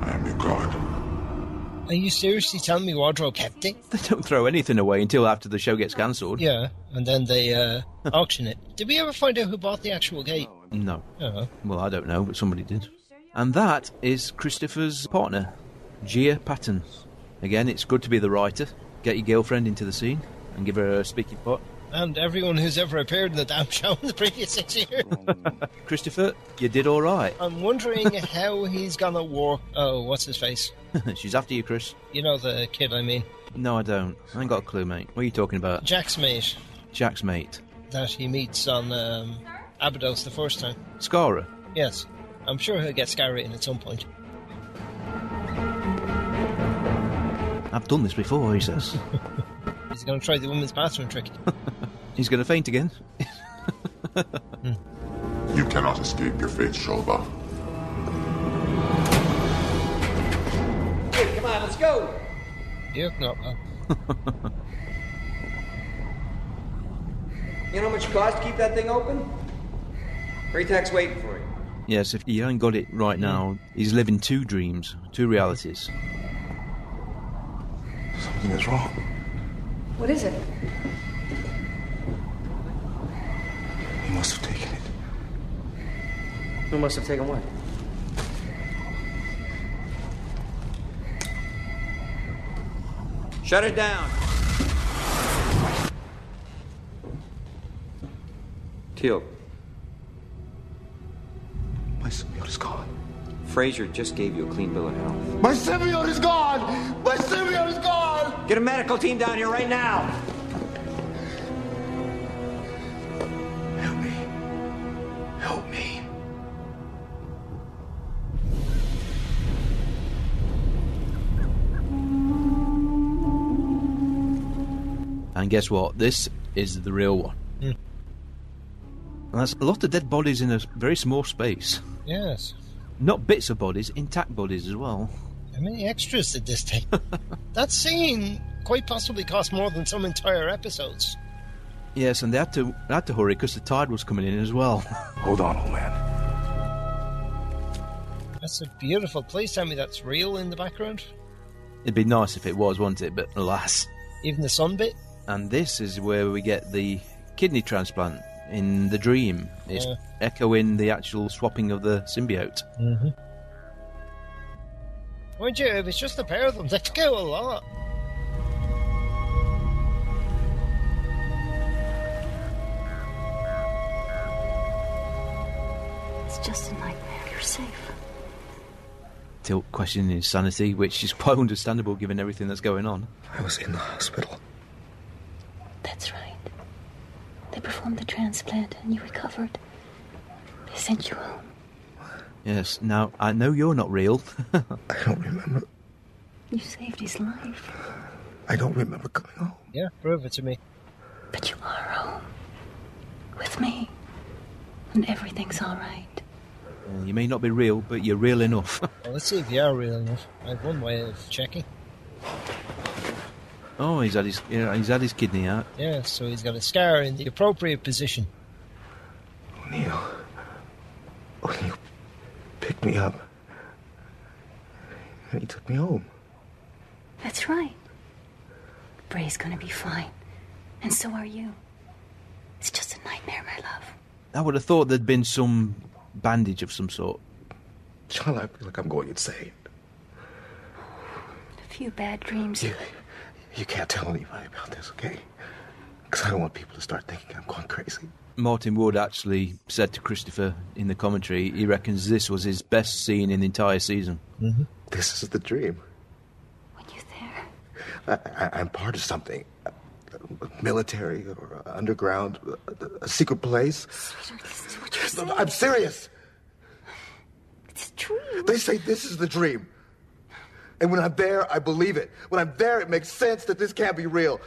[SPEAKER 21] I am your god.
[SPEAKER 2] Are you seriously telling me Wardrobe kept it?
[SPEAKER 3] They don't throw anything away until after the show gets cancelled.
[SPEAKER 2] Yeah, and then they uh, auction it. Did we ever find out who bought the actual gate?
[SPEAKER 3] No.
[SPEAKER 2] Oh.
[SPEAKER 3] Well, I don't know, but somebody did. And that is Christopher's partner, Gia Patton. Again, it's good to be the writer. Get your girlfriend into the scene and give her a speaking part.
[SPEAKER 2] And everyone who's ever appeared in the damn show in the previous six years.
[SPEAKER 3] Christopher, you did all right.
[SPEAKER 2] I'm wondering how he's gonna walk. Oh, what's his face?
[SPEAKER 3] She's after you, Chris.
[SPEAKER 2] You know the kid I mean.
[SPEAKER 3] No, I don't. I ain't got a clue, mate. What are you talking about?
[SPEAKER 2] Jack's mate
[SPEAKER 3] Jack's mate.
[SPEAKER 2] that he meets on um, Abydos the first time.
[SPEAKER 3] Scara.
[SPEAKER 2] Yes, I'm sure he'll get Skyrating at some point.
[SPEAKER 3] I've done this before, he says.
[SPEAKER 2] He's gonna try the women's bathroom trick.
[SPEAKER 3] He's going to faint again.
[SPEAKER 21] You cannot escape your fate, Sholba.
[SPEAKER 18] Hey, come on, let's go!
[SPEAKER 2] You're not well.
[SPEAKER 18] You know how much it costs to keep that thing open? Raytech's waiting for you.
[SPEAKER 3] Yes, if you ain't got it right now, he's living two dreams, two realities.
[SPEAKER 21] Something is wrong.
[SPEAKER 16] What is it?
[SPEAKER 18] He must have taken it. Who must have taken what? Shut it down. Teal. My symbiote is gone. Fraser just gave you a clean bill of health.
[SPEAKER 13] My symbiote is gone! My symbiote is gone!
[SPEAKER 18] Get a medical team down here right now.
[SPEAKER 13] Help me.
[SPEAKER 3] And guess what? This is the real one.
[SPEAKER 2] Hmm.
[SPEAKER 3] And that's a lot of dead bodies in a very small space.
[SPEAKER 2] Yes.
[SPEAKER 3] Not bits of bodies, intact bodies as well.
[SPEAKER 2] How many extras did this take? that scene quite possibly cost more than some entire episodes.
[SPEAKER 3] Yes, and they had to they had to hurry because the tide was coming in as well. Hold on, old man.
[SPEAKER 2] That's a beautiful. Please tell me that's real in the background.
[SPEAKER 3] It'd be nice if it was, wouldn't it? But alas.
[SPEAKER 2] Even the sun bit.
[SPEAKER 3] And this is where we get the kidney transplant in the dream. It's
[SPEAKER 2] Yeah.
[SPEAKER 3] echoing the actual swapping of the symbiote.
[SPEAKER 2] Mm-hmm. Would you? If it's just the pair of them, they'd go a lot.
[SPEAKER 22] It's just a nightmare. You're safe.
[SPEAKER 3] Tilt questioning his sanity, which is quite understandable given everything that's going on.
[SPEAKER 5] I was in the hospital.
[SPEAKER 22] That's right. They performed the transplant and you recovered. They sent you home.
[SPEAKER 3] Yes, now I know you're not real.
[SPEAKER 5] I don't remember.
[SPEAKER 22] You saved his life.
[SPEAKER 5] I don't remember coming home.
[SPEAKER 2] Yeah, prove it to me.
[SPEAKER 22] But you are home. With me. And everything's all right.
[SPEAKER 3] Uh, you may not be real, but you're real enough.
[SPEAKER 2] Well, let's see if you are real enough. I have one way of checking.
[SPEAKER 3] oh, he's had his yeah, he's had his kidney out.
[SPEAKER 2] Yeah, so he's got a scar in the appropriate position. O'Neill.
[SPEAKER 4] O'Neill picked me up. And he took me home.
[SPEAKER 22] That's right. Bray's gonna be fine. And so are you. It's just a nightmare, my love.
[SPEAKER 3] I would have thought there'd been some bandage of some sort.
[SPEAKER 4] John, I feel like I'm going insane.
[SPEAKER 22] A few bad dreams.
[SPEAKER 4] You, you can't tell anybody about this, okay? Because I don't want people to start thinking I'm going crazy.
[SPEAKER 3] Martin Wood actually said to Christopher in the commentary, he reckons this was his best scene in the entire season.
[SPEAKER 4] Mm-hmm. This is the dream. When you're there, I, I, I'm part of something Uh, military or underground, a, a secret place. No, no, I'm serious.
[SPEAKER 22] It's true.
[SPEAKER 4] They say this is the dream. And when I'm there, I believe it. When I'm there, it makes sense that this can't be real.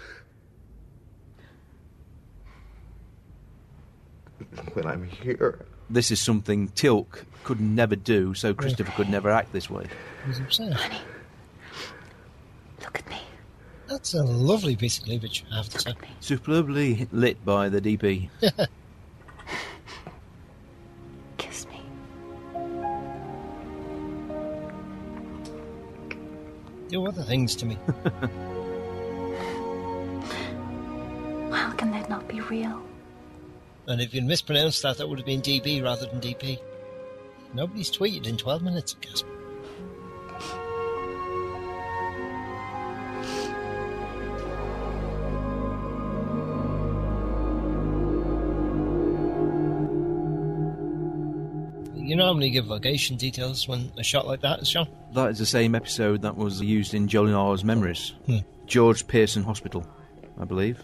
[SPEAKER 4] When I'm here,
[SPEAKER 3] This is something Tilk could never do, so Christopher could never act this way.
[SPEAKER 2] He's upset. Honey, look at me. That's a lovely piece of cleavage, I have to say.
[SPEAKER 3] Superbly lit by the DP.
[SPEAKER 22] Kiss me.
[SPEAKER 2] Do other things to me.
[SPEAKER 22] How can that not be real?
[SPEAKER 2] and if you'd mispronounced that, that would have been DB rather than DP. Nobody's tweeted in 12 minutes, Casper. You normally give location details when a shot like that is shot.
[SPEAKER 3] That is the same episode that was used in Jolinar's Memories.
[SPEAKER 2] Hmm.
[SPEAKER 3] George Pearson Hospital, I believe.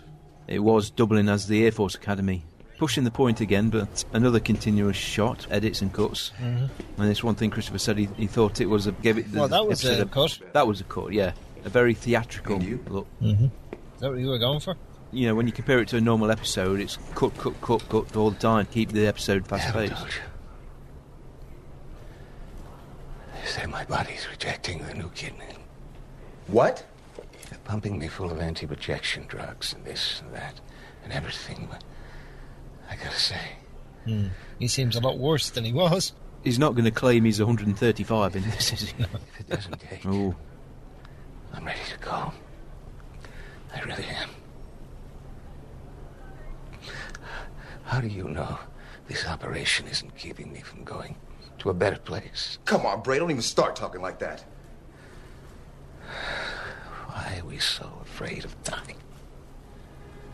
[SPEAKER 3] It was Dublin as the Air Force Academy. Pushing the point again, but another continuous shot, edits and cuts.
[SPEAKER 2] Mhm.
[SPEAKER 3] And this one thing Christopher said he, he thought it was a gave it. the
[SPEAKER 2] Well, that was a
[SPEAKER 3] episode a-
[SPEAKER 2] cut.
[SPEAKER 3] That was a cut, yeah, a very theatrical look.
[SPEAKER 2] Mm-hmm. Is that what you were going for?
[SPEAKER 3] You know, when you compare it to a normal episode, it's cut, cut, cut, cut all the time. Keep the episode fast paced.
[SPEAKER 4] They say my body's rejecting the new kidney. What? They're pumping me full of anti-rejection drugs and this and that and everything, but I gotta say,
[SPEAKER 2] Hmm. He seems a lot worse than he was.
[SPEAKER 3] He's not going to claim he's 135 in this, is he?
[SPEAKER 4] if it doesn't ache,
[SPEAKER 3] Oh,
[SPEAKER 4] I'm ready to go. I really am. How do you know this operation isn't keeping me from going to a better place? Come on, Bray, don't even start talking like that. Why are we so afraid of dying?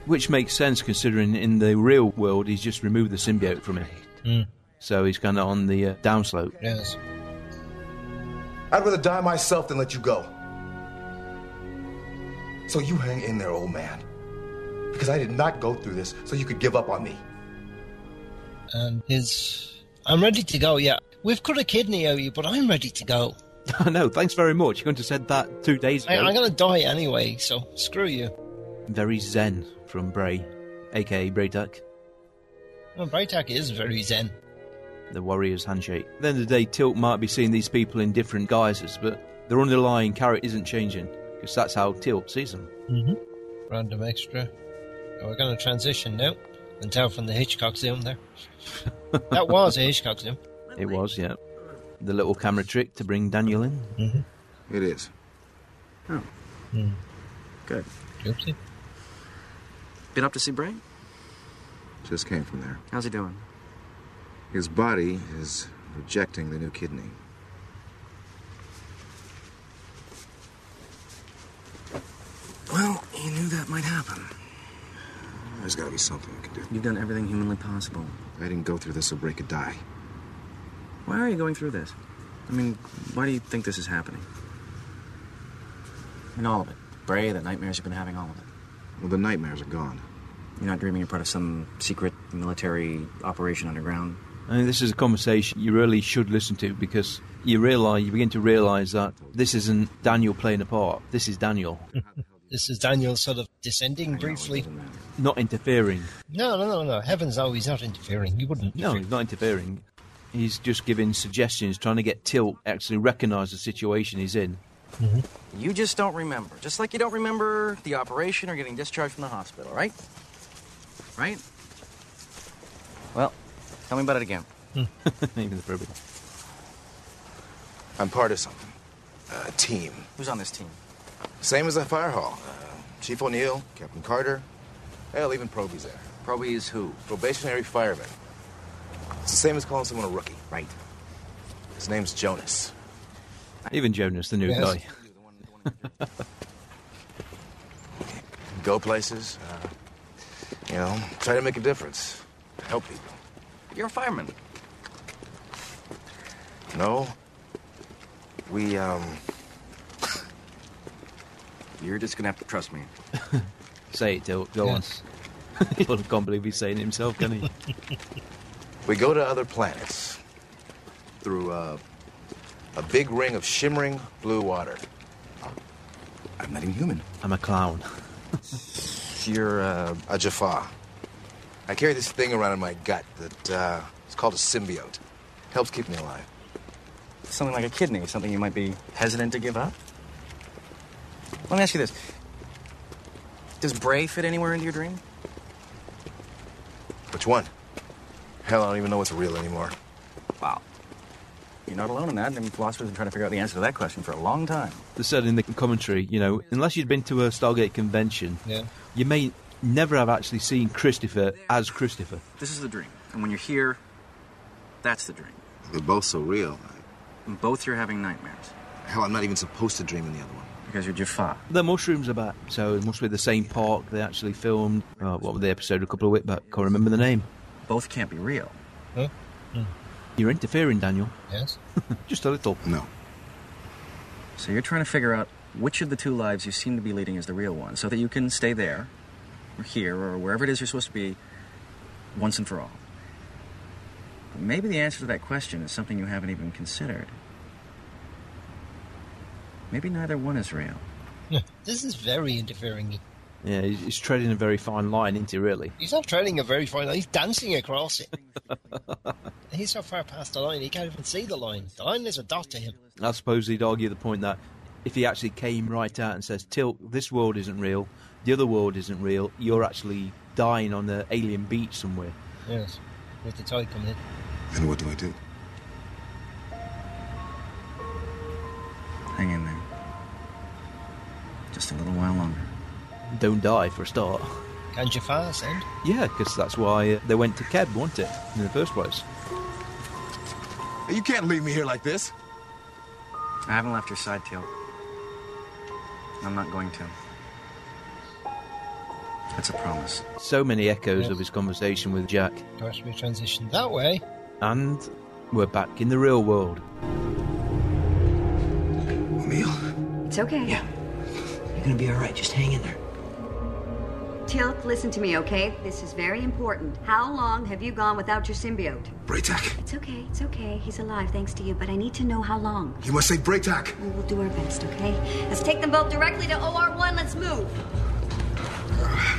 [SPEAKER 3] which makes sense considering in the real world he's just removed the symbiote from him,
[SPEAKER 2] Hmm.
[SPEAKER 3] so he's kind of on the uh, downslope.
[SPEAKER 2] Yes.
[SPEAKER 4] I'd rather die myself than let you go. So you hang in there, old man. Because I did not go through this so you could give up on me.
[SPEAKER 2] And his, I'm ready to go. Yeah, we've cut a kidney out of you, but I'm ready to go.
[SPEAKER 3] I know. Thanks very much. You couldn't have said that two days ago.
[SPEAKER 2] I, I'm going to die anyway, so screw you.
[SPEAKER 3] Very zen from Bray, aka Bray Duck,
[SPEAKER 2] Well, Braytak is very zen.
[SPEAKER 3] the warrior's handshake. At the end of the day, Tilt might be seeing these people in different guises, but their underlying carrot isn't changing because that's how Tilt sees them.
[SPEAKER 2] Mm-hmm. Random extra. Now we're going to transition now and tell from the Hitchcock zoom there. that was a Hitchcock zoom.
[SPEAKER 3] It was, yeah. The little camera trick to bring Daniel in.
[SPEAKER 2] Mm-hmm.
[SPEAKER 3] It is.
[SPEAKER 6] Oh,
[SPEAKER 2] Mm.
[SPEAKER 6] good.
[SPEAKER 2] Oopsie.
[SPEAKER 6] Been up to see Bray?
[SPEAKER 11] Just came from there.
[SPEAKER 6] How's he doing?
[SPEAKER 11] His body is rejecting the new kidney.
[SPEAKER 6] Well, you knew that might happen. There's gotta be something we can do. You've done everything humanly possible.
[SPEAKER 11] I didn't go through this so Bray could die.
[SPEAKER 6] Why are you going through this? I mean, why do you think this is happening? And all of it. Bray, the nightmares you've been having, all of it.
[SPEAKER 11] Well, the nightmares are gone.
[SPEAKER 6] You're not dreaming you're part of some secret military operation underground?
[SPEAKER 3] I mean, this is a conversation you really should listen to because you realize you begin to realize that this isn't Daniel playing a part. This is Daniel
[SPEAKER 2] This is Daniel sort of descending briefly.
[SPEAKER 3] not interfering.
[SPEAKER 2] No, no, no, no. Heavens, no, he's not interfering. He wouldn't.
[SPEAKER 3] No, he's not interfering. He's just giving suggestions, trying to get Tilt actually recognise the situation he's in.
[SPEAKER 20] You just don't remember. Just like you don't remember the operation or getting discharged from the hospital, right? Right? Well, tell me about it again.
[SPEAKER 3] Even the probe.
[SPEAKER 9] I'm part of something. A team.
[SPEAKER 20] Who's on this team?
[SPEAKER 9] Same as the fire hall. Uh, Chief O'Neill, Captain Carter. Hell, even Proby's there.
[SPEAKER 20] Proby is who?
[SPEAKER 9] Probationary fireman. It's the same as calling someone a rookie. Right. His name's Jonas.
[SPEAKER 3] Even Jonas, the new
[SPEAKER 9] Yes.
[SPEAKER 3] guy.
[SPEAKER 9] Go places. Uh, you know, try to make a difference. Help people.
[SPEAKER 20] You're a fireman.
[SPEAKER 9] No? We, um.
[SPEAKER 20] You're just gonna have to trust me.
[SPEAKER 3] Say it, Tilt. Go on. he can't believe he's saying it himself, can he?
[SPEAKER 9] We go to other planets through uh, a big ring of shimmering blue water. I'm not even human.
[SPEAKER 3] I'm a clown.
[SPEAKER 9] You're uh, a Jaffa. I carry this thing around in my gut that uh, it's called a symbiote. Helps keep me alive.
[SPEAKER 20] Something like a kidney, something you might be hesitant to give up? Let me ask you this Does Bray fit anywhere into your dream?
[SPEAKER 9] Which one? Hell, I don't even know what's real anymore.
[SPEAKER 20] Wow. You're not alone in that, and philosophers have been trying to figure out the answer to that question for a long time.
[SPEAKER 3] They said in the commentary, you know, unless you'd been to a Stargate convention,
[SPEAKER 20] Yeah.
[SPEAKER 3] you may never have actually seen Christopher as Christopher.
[SPEAKER 20] This is the dream. And when you're here, that's the dream.
[SPEAKER 9] They're both so real.
[SPEAKER 20] And both you're having nightmares.
[SPEAKER 9] Hell, I'm not even supposed to dream in the other one.
[SPEAKER 20] Because you're Jaffa.
[SPEAKER 3] The mushrooms are back, so it must be the same park they actually filmed. Oh, what was the episode a couple of weeks back? Can't remember the name.
[SPEAKER 20] Both can't be real.
[SPEAKER 2] Huh?
[SPEAKER 3] You're interfering, Daniel.
[SPEAKER 2] Yes.
[SPEAKER 3] Just a little.
[SPEAKER 9] No.
[SPEAKER 20] So you're trying to figure out which of the two lives you seem to be leading is the real one, so that you can stay there, or here, or wherever it is you're supposed to be, once and for all. But maybe the answer to that question is something you haven't even considered. Maybe neither one is real.
[SPEAKER 2] This is very interfering.
[SPEAKER 3] Yeah, he's, he's treading a very fine line, isn't he, really?
[SPEAKER 2] He's not treading a very fine line. He's dancing across it. he's so far past the line, he can't even see the line. The line is a dot to him.
[SPEAKER 3] I suppose he'd argue the point that if he actually came right out and says, Tilt, this world isn't real, the other world isn't real, you're actually dying on an alien beach somewhere.
[SPEAKER 2] Yes. With the tide coming in.
[SPEAKER 23] Then what do I do?
[SPEAKER 20] Hang in there. Just a little while longer.
[SPEAKER 3] Don't die for a start.
[SPEAKER 2] Can Jafar send?
[SPEAKER 3] Yeah, because that's why uh, they went to Keb, wasn't it, in the first place?
[SPEAKER 9] You can't leave me here like this.
[SPEAKER 20] I haven't left your side, Teal. I'm not going to. That's a promise.
[SPEAKER 3] So many echoes
[SPEAKER 2] Yes.
[SPEAKER 3] of his conversation with Jack.
[SPEAKER 2] Gosh, we transitioned that way.
[SPEAKER 3] And we're back in the real world.
[SPEAKER 17] It's okay. Yeah.
[SPEAKER 24] You're gonna be all right. Just hang in there.
[SPEAKER 17] Tilk, listen to me, okay? This is very important. How long have you gone without your symbiote?
[SPEAKER 24] Braytac.
[SPEAKER 17] It's okay, it's okay. He's alive, thanks to you, but I need to know how long.
[SPEAKER 24] You must say Braytac.
[SPEAKER 17] We will do our best, okay? Let's take them both directly to OR1. Let's move.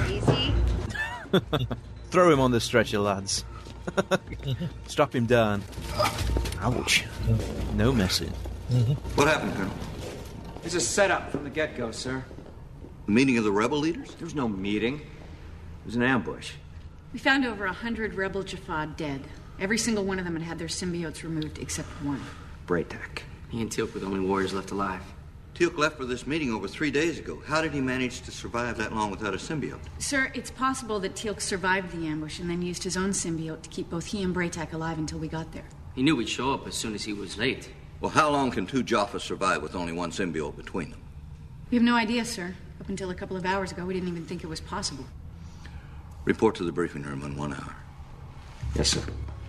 [SPEAKER 17] Easy.
[SPEAKER 3] Throw him on the stretcher, lads. Strap him down. Ouch. No messing.
[SPEAKER 1] What happened, Colonel?
[SPEAKER 18] It's a setup from the get go, sir.
[SPEAKER 1] The meeting of the rebel leaders?
[SPEAKER 18] There was no meeting, it was an ambush.
[SPEAKER 12] We found over a hundred rebel Jaffa dead. Every single one of them had had their symbiotes removed except one.
[SPEAKER 18] Braytech.
[SPEAKER 1] He and Teal'c were the only warriors left alive. Teal'c left for this meeting over three days ago. How did he manage to survive that long without a symbiote?
[SPEAKER 12] Sir, it's possible that Teal'c survived the ambush and then used his own symbiote to keep both he and Braytac alive until we got there.
[SPEAKER 10] He knew we'd show up as soon as he was late.
[SPEAKER 1] Well, how long can two Jaffa survive with only one symbiote between them?
[SPEAKER 12] We have no idea, sir. Up until a couple of hours ago, we didn't even think it was possible.
[SPEAKER 1] Report to the briefing room in one hour.
[SPEAKER 18] Yes, sir.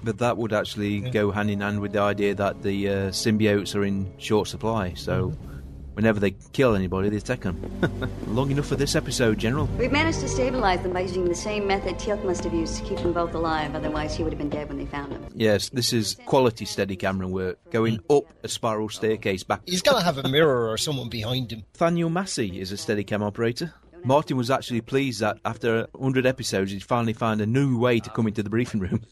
[SPEAKER 3] But that would actually go hand in hand with the idea that the uh, symbiotes are in short supply, so whenever they kill anybody, they take them. Long enough for this episode, General.
[SPEAKER 17] We've managed to stabilize them by using the same method Teal'c must have used to keep them both alive, otherwise he would have been dead when they found him.
[SPEAKER 3] Yes, this is quality steady camera work, going up a spiral staircase back.
[SPEAKER 2] He's going to have a mirror or someone behind him.
[SPEAKER 3] Nathaniel Massey is a steady cam operator. Martin was actually pleased that after 100 episodes, he'd finally found a new way to come into the briefing room.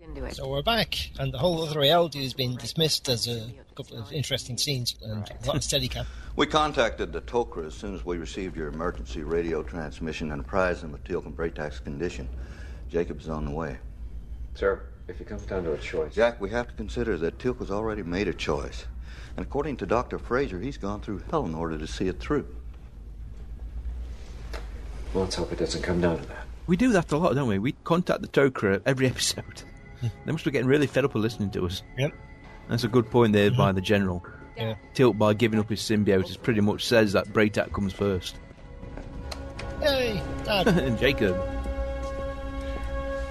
[SPEAKER 24] Into it.
[SPEAKER 17] it.
[SPEAKER 2] So we're back, and the whole other reality has been dismissed as a couple of interesting scenes and a lot of steadicam.
[SPEAKER 1] We contacted the Tokra as soon as we received your emergency radio transmission and apprised them of Teal'c and Braytak's condition. Jacob is on the way.
[SPEAKER 18] Sir, if it comes down to a choice.
[SPEAKER 1] Jack, we have to consider that Teal'c has already made a choice. And according to Dr. Fraser, he's gone through hell in order to see it through.
[SPEAKER 18] Well, let's hope it doesn't come down to that.
[SPEAKER 3] We do that a lot, don't we? We contact the tow crew every episode. they must be getting really fed up of listening to us.
[SPEAKER 2] Yep.
[SPEAKER 3] That's a good point there by the general.
[SPEAKER 2] Yeah.
[SPEAKER 3] Tilt by giving up his symbiote is pretty much says that Braytac comes first.
[SPEAKER 2] Hey, Dad.
[SPEAKER 3] and Jacob.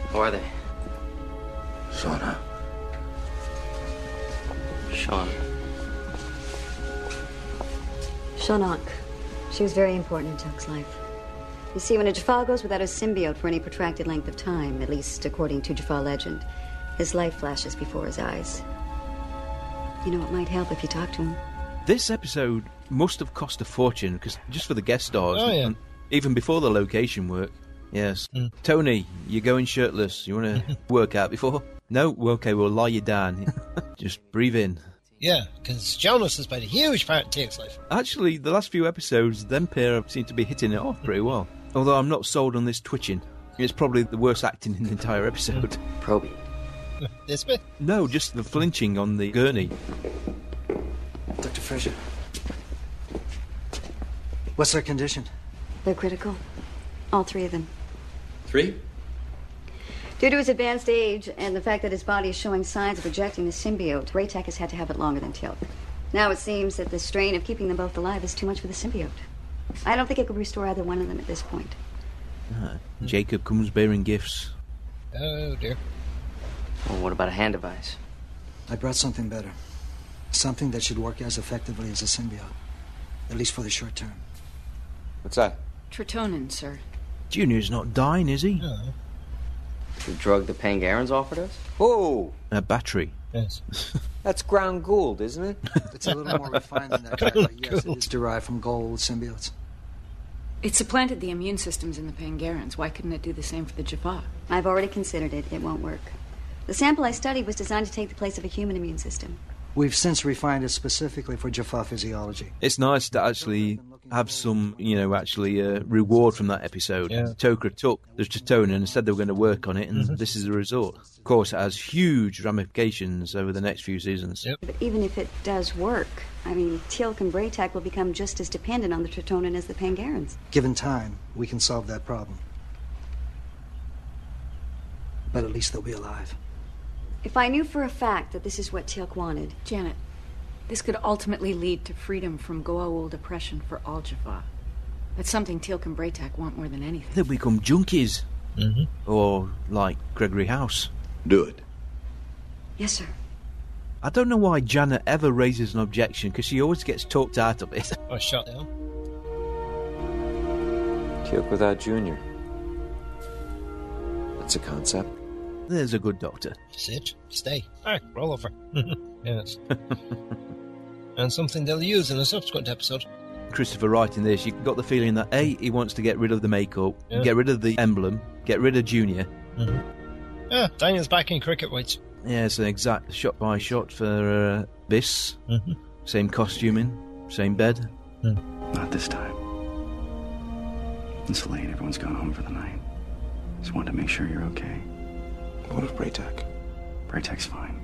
[SPEAKER 10] Who are they?
[SPEAKER 1] Shauna.
[SPEAKER 10] Sean.
[SPEAKER 17] Shonok. She was very important in Tuck's life. You see, when a Jafar goes without a symbiote for any protracted length of time, at least according to Jafar legend, his life flashes before his eyes. You know, it might help if you talk to him.
[SPEAKER 3] This episode must have cost a fortune because just for the guest stars,
[SPEAKER 17] Oh, yeah. Hmm.
[SPEAKER 3] and even before the location work. Yes, Tony, you're going shirtless. You want to work out before? No, okay, we'll lie you down. just breathe in.
[SPEAKER 2] Yeah, because Jonas has played a huge part in Teal'c's life.
[SPEAKER 3] Actually, the last few episodes, them pair seem to be hitting it off pretty well. Although I'm not sold on this twitching. It's probably the worst acting in the entire episode.
[SPEAKER 18] Probing.
[SPEAKER 2] This bit?
[SPEAKER 3] No, just the flinching on the gurney.
[SPEAKER 7] Dr. Fraser. What's their condition?
[SPEAKER 17] They're critical. All three of them.
[SPEAKER 7] Three?
[SPEAKER 17] Due to his advanced age and the fact that his body is showing signs of rejecting the symbiote, Raytek has had to have it longer than Teal'c. Now it seems that the strain of keeping them both alive is too much for the symbiote. I don't think it could restore either one of them at this point.
[SPEAKER 3] Ah, Jacob comes bearing gifts.
[SPEAKER 2] Oh, dear.
[SPEAKER 7] Well, what about a hand device? I brought something better. Something that should work as effectively as a symbiote, at least for the short term.
[SPEAKER 18] What's that?
[SPEAKER 25] Tritonin, sir.
[SPEAKER 3] Junior's not dying, is he?
[SPEAKER 7] The drug the Pangarans offered us?
[SPEAKER 18] Whoa!
[SPEAKER 3] A battery.
[SPEAKER 2] Yes.
[SPEAKER 18] Oh, That's ground gold, isn't it?
[SPEAKER 7] It's a little more refined than that, but yes, it is derived from gold symbiotes.
[SPEAKER 25] It supplanted the immune systems in the Pangarans. Why couldn't it do the same for the Jaffa?
[SPEAKER 17] I've already considered it. It won't work. The sample I studied was designed to take the place of a human immune system.
[SPEAKER 7] We've since refined it specifically for Jaffa physiology.
[SPEAKER 3] It's nice to actually have some, you know, actually uh, reward from that episode.
[SPEAKER 7] Yeah.
[SPEAKER 3] Tokra took the Tritonin and said they were going to work on it, and this is the result. Of course, it has huge ramifications over the next few seasons.
[SPEAKER 17] But even if it does work, I mean, Teal'c and Braytak will become just as dependent on the Tritonin as the Pangarans.
[SPEAKER 7] Given time, we can solve that problem. But at least they'll be alive.
[SPEAKER 17] If I knew for a fact that this is what Teal'c wanted,
[SPEAKER 25] Janet, this could ultimately lead to freedom from Goa'uld oppression for all Jaffa. That's something Teal'c and Braytak want more than anything.
[SPEAKER 3] They'll become junkies. Mm-hmm. Or like Gregory House.
[SPEAKER 1] Do it.
[SPEAKER 17] Yes, sir.
[SPEAKER 3] I don't know why Janet ever raises an objection because she always gets talked out of it.
[SPEAKER 2] Or shot Oh, down.
[SPEAKER 18] Teal'c without Junior. That's a concept.
[SPEAKER 3] There's a good doctor.
[SPEAKER 2] Sit, stay, back, roll over. yes. and something they'll use in a subsequent episode.
[SPEAKER 3] Christopher writing this, you got the feeling that A, he wants to get rid of the makeup,
[SPEAKER 2] Yeah.
[SPEAKER 3] get rid of the emblem, get rid of Junior.
[SPEAKER 2] Yeah, Ah, Daniel's back in cricket weights.
[SPEAKER 3] Yeah, it's an exact shot by shot for uh, Biss.
[SPEAKER 2] Mhm.
[SPEAKER 3] Same costuming, same bed.
[SPEAKER 20] Not this time. It's late. Everyone's gone home for the night. Just wanted to make sure you're okay. What of Braytech? Braytek's fine.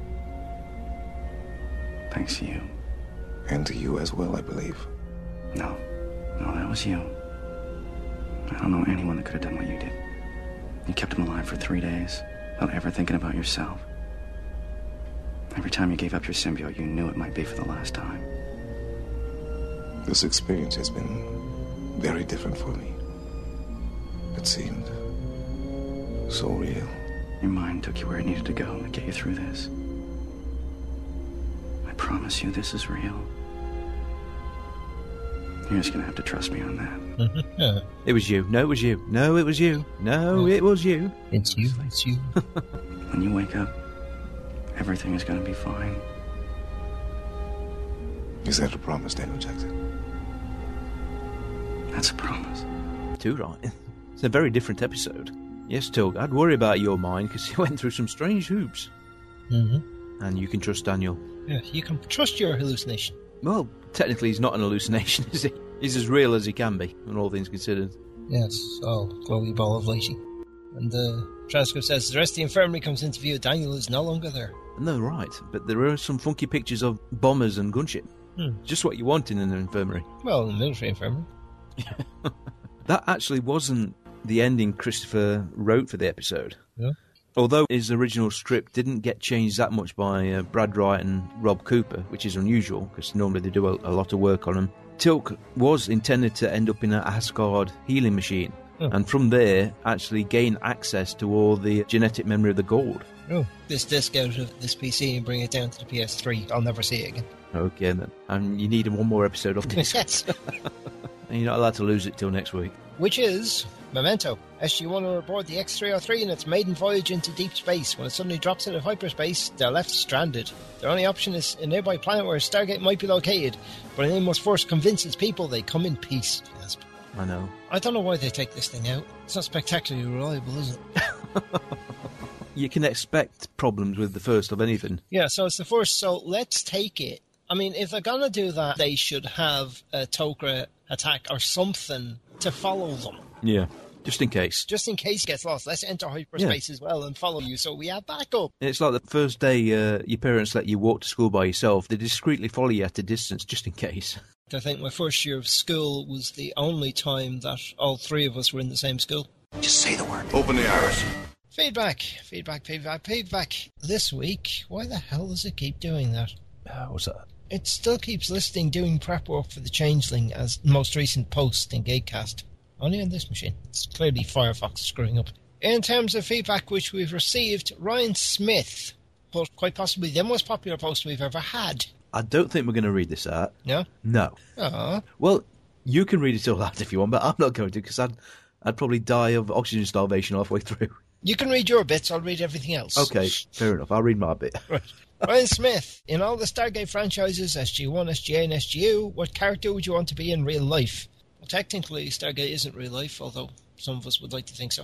[SPEAKER 20] Thanks to you.
[SPEAKER 6] And to you as well, I believe.
[SPEAKER 20] No. No, that was you. I don't know anyone that could have done what you did. You kept him alive for three days without ever thinking about yourself. Every time you gave up your symbiote, you knew it might be for the last time.
[SPEAKER 6] This experience has been very different for me. It seemed so real.
[SPEAKER 20] Your mind took you where it needed to go to get you through this. I promise you, this is real. You're just gonna have to trust me on that.
[SPEAKER 2] Yeah.
[SPEAKER 3] It was you. No, it was you. No, it was you. No, it was you.
[SPEAKER 2] It's you. It's you.
[SPEAKER 20] When you wake up, everything is gonna be fine.
[SPEAKER 6] Is that a promise, Daniel Jackson?
[SPEAKER 20] That's a promise.
[SPEAKER 3] Too right. It's a very different episode. Yes, Tug, I'd worry about your mind because you went through some strange hoops.
[SPEAKER 2] Mhm.
[SPEAKER 3] And you can trust Daniel.
[SPEAKER 2] Yeah, you can trust your hallucination.
[SPEAKER 3] Well, technically, he's not an hallucination, is he? He's as real as he can be, when all things considered.
[SPEAKER 2] Yes, oh, glowy ball of lighting. And the transcript says the rest of the infirmary comes into view. Daniel is no longer there.
[SPEAKER 3] No, right. But there are some funky pictures of bombers and gunship.
[SPEAKER 2] Hmm.
[SPEAKER 3] Just what you want in an infirmary.
[SPEAKER 2] Well, the military infirmary.
[SPEAKER 3] That actually wasn't the ending Christopher wrote for the episode.
[SPEAKER 2] Yeah.
[SPEAKER 3] Although his original script didn't get changed that much by uh, Brad Wright and Rob Cooper, which is unusual because normally they do a, a lot of work on them, Tilk was intended to end up in an Asgard healing machine
[SPEAKER 2] Oh.
[SPEAKER 3] and from there actually gain access to all the genetic memory of the gold.
[SPEAKER 2] Oh, this disc out of this PC and bring it down to the PS3. I'll never see it again.
[SPEAKER 3] Okay, then. And you need one more episode of this.
[SPEAKER 2] Yes.
[SPEAKER 3] and you're not allowed to lose it till next week.
[SPEAKER 2] Which is Memento. SG-1 are aboard the X-303 in its maiden voyage into deep space. When it suddenly drops into hyperspace, they're left stranded. Their only option is a nearby planet where a Stargate might be located, but they must first convince its people they come in peace. Yes.
[SPEAKER 3] I know.
[SPEAKER 2] I don't know why they take this thing out. It's not spectacularly reliable, is it?
[SPEAKER 3] You can expect problems with the first of anything.
[SPEAKER 2] Yeah, so it's the first. So let's take it. I mean, if they're gonna do that, they should have a Tokra attack or something to follow them,
[SPEAKER 3] Yeah. Just in case.
[SPEAKER 2] just in case it gets lost. Let's enter hyperspace as well and follow you, so we have backup.
[SPEAKER 3] It's like the first day uh, your parents let you walk to school by yourself. They discreetly follow you at a distance just in case.
[SPEAKER 2] I think my first year of school was the only time that all three of us were in the same school.
[SPEAKER 13] Just say the word. Open the iris.
[SPEAKER 2] Feedback, feedback, feedback, feedback. This week, why the hell does it keep doing that?
[SPEAKER 3] Uh, what's that?
[SPEAKER 2] It still keeps listing doing prep work for the Changeling as most recent post in Gatecast. Only on this machine. It's clearly Firefox screwing up. In terms of feedback which we've received, Ryan Smith put quite possibly the most popular post we've ever had.
[SPEAKER 3] I don't think we're going to read this out.
[SPEAKER 2] No?
[SPEAKER 3] No.
[SPEAKER 2] Aww.
[SPEAKER 3] Well, you can read it all out if you want, but I'm not going to because I'd, I'd probably die of oxygen starvation halfway through.
[SPEAKER 2] You can read your bits, I'll read everything else.
[SPEAKER 3] Okay, fair enough. I'll read my bit.
[SPEAKER 2] Ryan Smith, in all the Stargate franchises, SG1, SGA, and SGU, what character would you want to be in real life? Well, technically, Stargate isn't real life, although some of us would like to think so.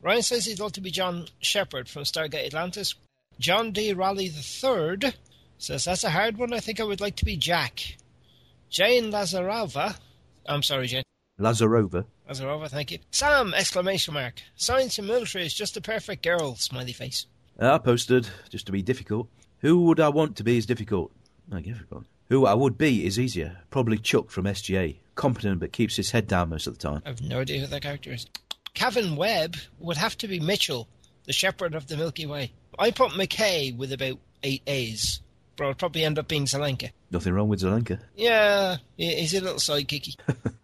[SPEAKER 2] Ryan says he'd love to be John Shepard from Stargate Atlantis. John D. Raleigh III says, That's a hard one. I think I would like to be Jack. Jane Lazarova. I'm sorry, Jane.
[SPEAKER 3] Lazarova.
[SPEAKER 2] Lazarova, thank you. Sam! Exclamation mark. Science and military is just the perfect girl. Smiley face.
[SPEAKER 3] I Uh, posted, just to be difficult. Who would I want to be is difficult. I give a fuck. Who I would be is easier. Probably Chuck from SGA. Competent but keeps his head down most of the time.
[SPEAKER 2] I've no idea who that character is. Kevin Webb would have to be Mitchell, the shepherd of the Milky Way. I put McKay with about eight A's, but I'll probably end up being Zelenka.
[SPEAKER 3] Nothing wrong with Zelenka.
[SPEAKER 2] Yeah, he- he's a little sidekicky.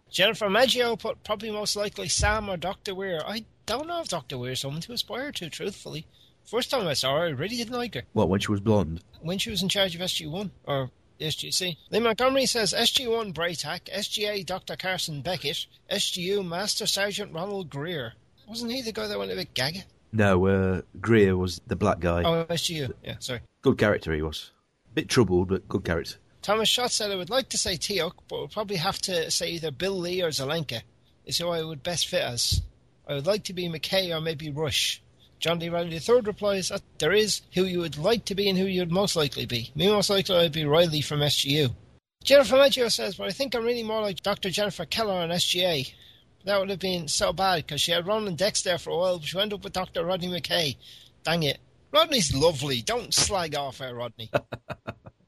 [SPEAKER 2] Jennifer Maggio put probably most likely Sam or Dr. Weir. I don't know if Dr. Weir is someone to aspire to, truthfully. First time I saw her, I really didn't like her
[SPEAKER 3] What, when she was blonde?
[SPEAKER 2] when she was in charge of SG1 or SGC. Lee Montgomery says SG1 Braytac, SGA Dr. Carson Beckett, SGU Master Sergeant Ronald Greer. Wasn't he the guy that went a bit gaga?
[SPEAKER 3] No, uh, Greer was the black guy.
[SPEAKER 2] Oh, SGU. Yeah, sorry.
[SPEAKER 3] Good character he was. Bit troubled, but good character.
[SPEAKER 2] Thomas Schott said I would like to say Teok, but would probably have to say either Bill Lee or Zelenka is who I would best fit as. I would like to be McKay or maybe Rush. John D. Riley III replies that there is who you would like to be and who you'd most likely be. Me most likely I'd be Riley from SGU. Jennifer Maggio says, but I think I'm really more like Dr. Jennifer Keller on SGA. That would have been so bad because she had Ronan Dex there for a while, but she ended up with Dr. Rodney McKay. Dang it. Rodney's lovely. Don't slag off her, Rodney.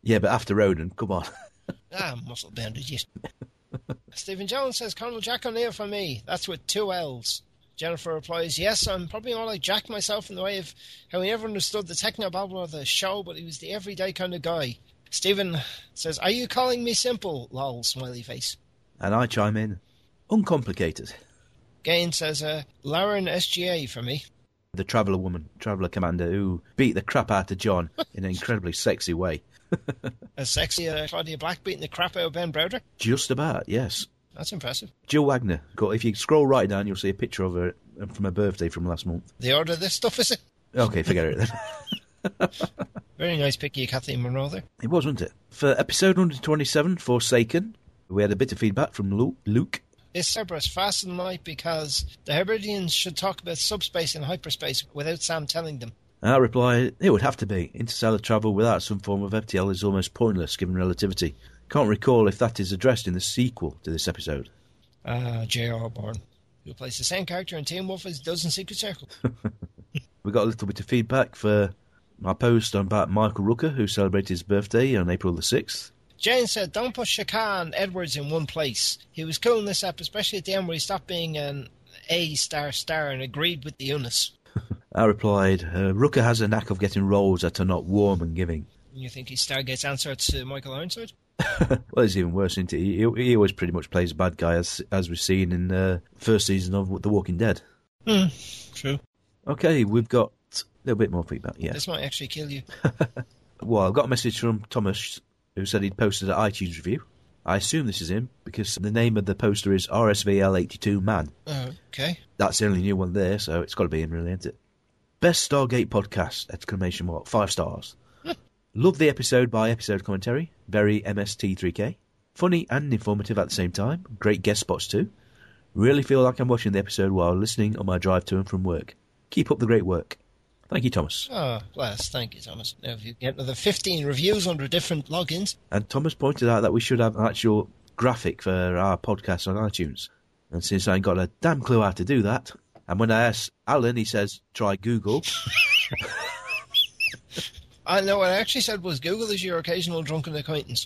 [SPEAKER 3] Yeah, but after Ronan, come on.
[SPEAKER 2] Ah, muscle banded, yes. Stephen Jones says, Colonel Jack O'Neill for me. That's with two L's. Jennifer replies, Yes, I'm probably more like Jack myself in the way of how he never understood the technobabble of the show, but he was the everyday kind of guy. Stephen says, Are you calling me simple? Lol, smiley face.
[SPEAKER 3] and I chime in. Uncomplicated.
[SPEAKER 2] Gain says, uh, Lauren SGA for me.
[SPEAKER 3] The Traveller woman, Traveller commander, who beat the crap out of John in an incredibly sexy way.
[SPEAKER 2] As sexy as Claudia Black beating the crap out of Ben Browder.
[SPEAKER 3] Just about, yes.
[SPEAKER 2] That's impressive.
[SPEAKER 3] Jill Wagner. Got, if you scroll right down, you'll see a picture of her from her birthday from last month.
[SPEAKER 2] The order of this stuff, is it?
[SPEAKER 3] Okay, forget it then.
[SPEAKER 2] Very nice picky, Kathleen Monroe there.
[SPEAKER 3] It was, wasn't it? For episode 127, Forsaken, we had a bit of feedback from Lu- Luke.
[SPEAKER 2] This Cerberus fast and light because the Hebrideans should talk about subspace and hyperspace without Sam telling them.
[SPEAKER 3] And I replied, it would have to be. Interstellar travel without some form of FTL is almost pointless given relativity. Can't recall if that is addressed in the sequel to this episode.
[SPEAKER 2] Uh, J.R. Bourne, who plays the same character in Team Wolf as he does in Secret Circle.
[SPEAKER 3] We got a little bit of feedback for my post about Michael Rooker, who celebrated his birthday on April the 6th.
[SPEAKER 2] Jane said, don't put Shakan Edwards in one place. He was cool in this app, especially at the end where he stopped being an A star star and agreed with the Eunice.
[SPEAKER 3] I replied, uh, Rooker has a knack of getting roles that are not warm and giving.
[SPEAKER 2] You think he's Stargate's answer to Michael Ironside?
[SPEAKER 3] well, it's even worse, isn't it? He, he always pretty much plays a bad guy, as, as we've seen in the first season of The Walking Dead.
[SPEAKER 2] Hmm, true.
[SPEAKER 3] Okay, we've got a little bit more feedback, yeah.
[SPEAKER 2] This might actually kill you.
[SPEAKER 3] Well, I've got a message from Thomas who said he'd posted an iTunes review. I assume this is him because the name of the poster is RSVL82 Man.
[SPEAKER 2] Okay.
[SPEAKER 3] That's the only new one there, so it's got to be him, really, isn't it? Best Stargate podcast! Exclamation mark. Five stars. Love the episode by episode commentary. Very MST3K. Funny and informative at the same time. Great guest spots too. Really feel like I'm watching the episode while listening on my drive to and from work. Keep up the great work. Thank you, Thomas.
[SPEAKER 2] Oh, bless. Thank you, Thomas. Now, if you get another 15 reviews under different logins,
[SPEAKER 3] And Thomas pointed out that we should have an actual graphic for our podcast on iTunes. And since I ain't got a damn clue how to do that, and when I asked Alan, he says, try Google.
[SPEAKER 2] I know what I actually said was Google is your occasional drunken acquaintance.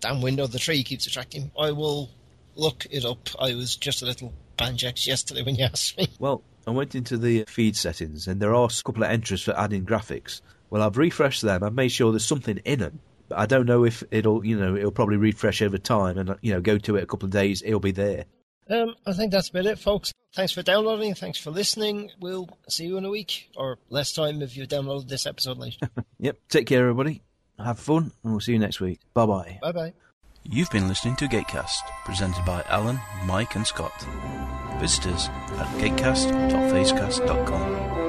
[SPEAKER 2] Damn window, the tree keeps attracting. I will look it up. I was just a little banjax yesterday when you asked me.
[SPEAKER 3] well, I went into the feed settings, and there are a couple of entries for adding graphics. Well, I've refreshed them. I've made sure there's something in them. But I don't know if it'll, you know, it'll probably refresh over time, and you know, go to it a couple of days, it'll be there.
[SPEAKER 2] Um, I think that's about it, folks. Thanks for downloading. Thanks for listening. We'll see you in a week or less time if you downloaded this episode later.
[SPEAKER 3] Yep. Take care, everybody. Have fun, and we'll see you next week. Bye bye.
[SPEAKER 2] bye bye.
[SPEAKER 12] You've been listening to Gatecast, presented by Alan, Mike, and Scott. Visit us at gatecast.facecast.com.